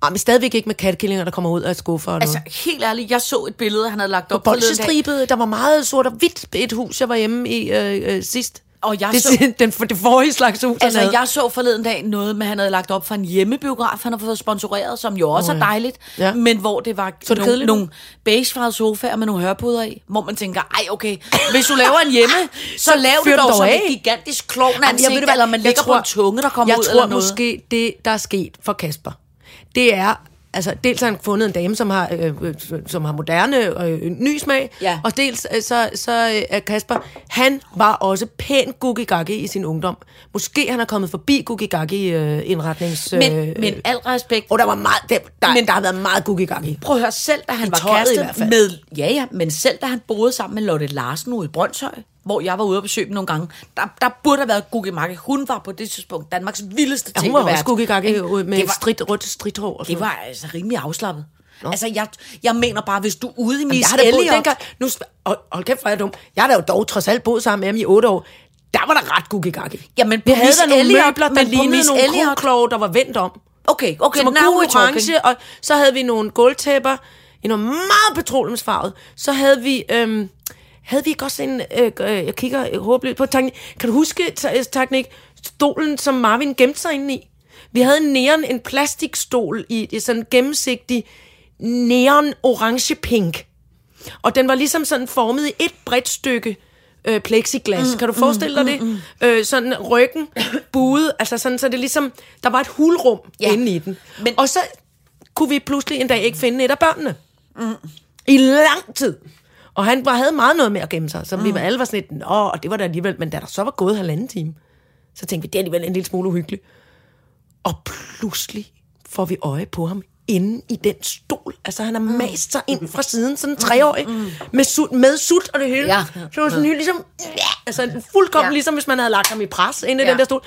Og men stadigvæk ikke med kattekillinger, der kommer ud af skuffer og Altså, noget. helt ærligt, jeg så et billede, han havde lagt op forleden dag. Bolsestribet, der var meget sort og hvidt et hus, jeg var hjemme i øh, øh, sidst. Og jeg det, så- Den, for, det forrige slags hus, han Altså, havde. jeg så forleden dag noget med, han havde lagt op for en hjemmebiograf, han har fået sponsoreret, som jo også oh, Åh, er ja. dejligt, ja. Ja. men hvor det var Så det nogle, kedeligt ud? nogle beigefarvede sofaer med nogle hørpuder i, hvor man tænker, ej okay, hvis du laver en hjemme, så lav fyr den det dog dog som af. et gigantisk klovn Jamen, jeg ved ansigt, det, eller man ligger på en tunge, der kommer jeg ud tror eller noget. måske, det, der er sket for Kasper, det er, altså dels har han fundet en dame, som har, øh, øh, som har moderne og øh, ny smag, Ja. og dels øh, så, så øh, er Kasper, han var også pæn gugigagge i sin ungdom. Måske han er kommet forbi gugigagge øh, indretnings... Øh, Men, men al respekt, og der var meget, der, der, men der har været meget gugigagge. prøv at høre, selv da han I var tøjet i hvert kæreste fald. med, ja ja, men selv da han boede sammen med Lotte Larsen ude i Brøndshøj, hvor jeg var ude og besøge dem nogle gange, der, der burde have været Gugge Marke. Hun var på det tidspunkt Danmarks vildeste Ja, hun var også gugigagge ud med Det det var- var, strid, rødt stridthår. Og sådan Det noget. var altså rimelig afslappet. Nå. Altså, jeg, jeg mener bare, hvis du er ude i Miss jeg har da boet Elliot... dengang, nu, sp- hold, hold kæft, hvor er jeg dum. Jeg har da jo dog trods alt boet sammen med ham i otte år. Der var der ret gugigagge. Jamen, på Vi havde Miss der nogle Elliot, møbler, men der på lignede Miss nogle Elliot- krogkloge, der var vendt om. Okay, okay, Som var now gul we're talking. orange, og så havde vi nogle gulvtæpper i noget meget petroleumsfarvet. Så havde vi... Øhm, havde vi ikke også en... Øh, øh, jeg kigger øh, håbløst på teknik. Kan du huske, ta- øh, teknik, stolen, som Marvin gemte sig inde i? Vi havde en neon, en plastikstol i det sådan gennemsigtig neon orange pink. Og den var ligesom sådan formet i et bredt stykke øh, plexiglas. Mm, kan du forestille dig mm, det? Mm. Øh, sådan ryggen buet, altså sådan, så det ligesom, der var et hulrum Ja. ja. inde i den. Men- Men, og så kunne vi pludselig en dag ikke finde et af børnene. Mm. I lang tid. Og han var, havde meget noget med at gemme sig, så mm. vi var alle var sådan lidt, nå, og det var der alligevel, men da der så var gået halvanden time, så tænkte vi, det er alligevel en lille smule uhyggeligt. Og pludselig får vi øje på ham inde i den stol. Altså, han har mast sig ind fra siden, sådan en treårig, med, sut, med sut og det hele. Ja. Mm. Ja. Så var sådan helt ligesom, altså fuldkommen Ja. ja. ligesom, hvis man havde lagt ham i pres inde i Ja. den der stol.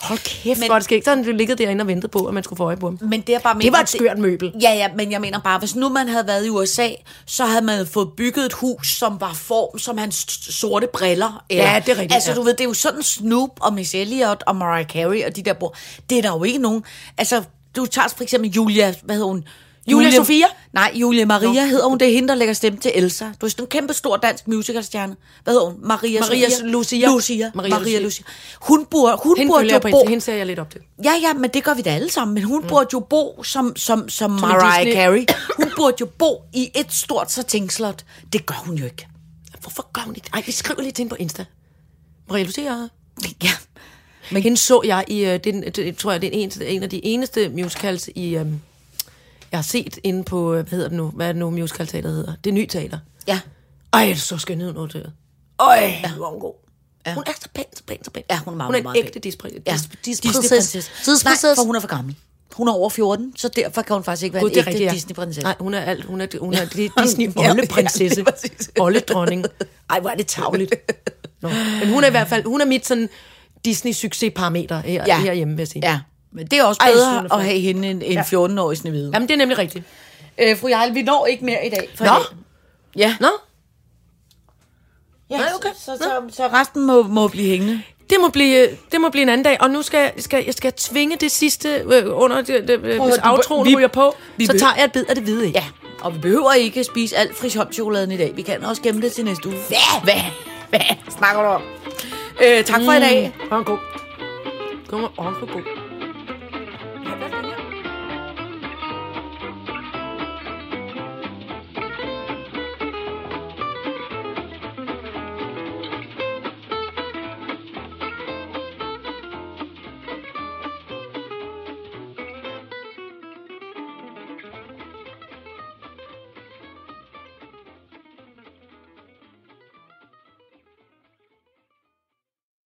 Hold kæft, Men- men, hvor er det skægt. Så han ligget derinde og ventet på, at man skulle få øje på ham. Men det, er bare det var et skørt møbel. Ja, ja, men jeg mener bare, hvis nu man havde været i USA, så havde man fået bygget et hus, som var form som hans s- sorte briller. Ja, det er rigtigt, Altså, ja. du ved, det er jo sådan Snoop og Miss Elliot og Mariah Carey og de der bor. Det er der jo ikke nogen. Altså, du tager for eksempel Julia, hvad hedder hun? Julia- Julia, Julia Sofia? Nej, Julia Maria hedder hun. Det er hende, der lægger stemme til Elsa. Du er sådan en kæmpe stor dansk musicalstjerne. Hvad hedder hun? Maria, Maria Sofia? Lucia. Lucia. Maria Maria, Maria Lucia. Lucia. Hun burde, hun Hende burde følger jo jeg på bo... Insta. Hende ser jeg lidt op til. Ja, ja, men det gør vi da alle sammen. Men hun mm. burde jo bo som, som, som en Mariah Disney. Carey. Hun burde jo bo i et stort sartingslot. Det gør hun jo ikke. Hvorfor gør hun ikke? Ej, vi skriver lige til hende på Insta. Maria Lucia. Ja. Men hende så jeg i, øh, den, det, tror jeg, det er en, en af de eneste musicals i, øh, jeg har set inde på, øh, hvad hedder det nu, hvad er det nu musicalteater hedder? Det nye teater. Ja. Ej, det er så skøn ud noteret. Øj, ja. hvor er hun god. Ja. Ja. Hun er så pæn, så pæn, så pæn. Ja, hun er meget, hun er meget en pæn. ægte disprin- Ja. dis- Disney-prinsesse. Disney-prinsesse. Nej, for hun er for gammel. Hun er over 14, så derfor kan hun faktisk ikke være Gud, en det er ægte rigtigt, ja. Disney-prinsesse. Nej, hun er alt. Hun er, hun er det Ja, er Disney-olleprinsesse. ja, lige præcis. Olledronning. Ej, hvor er det tavligt. Nå. Men hun er i hvert fald, hun er mit sådan Disney-succesparameter her, ja. herhjemme, vil jeg sige. Ja, men det er også Ej, bedre Sune Ej, Frank. at have hende end en 14-årig snevide. Jamen, det er nemlig rigtigt. Øh, fru Jarl, vi når ikke mere i dag. For Nå. i dag. Ja. Nå, ja Nej, okay. Så, så, så resten må, må blive hængende. det må, blive, det må blive en anden dag, og nu skal, skal jeg skal tvinge det sidste øh, under, det, det, hvis du- aftroen vi- ryger på, vi så behøver- tager jeg et bid af det hvide æg. Ja, og vi behøver ikke spise alt frishopchokoladen i dag. Vi kan også gemme det til næste uge. Hvad? Hvad? Hvad snakker du om? Øh, tak for mm. i dag. Åh, god. Kom og åh, hvor god.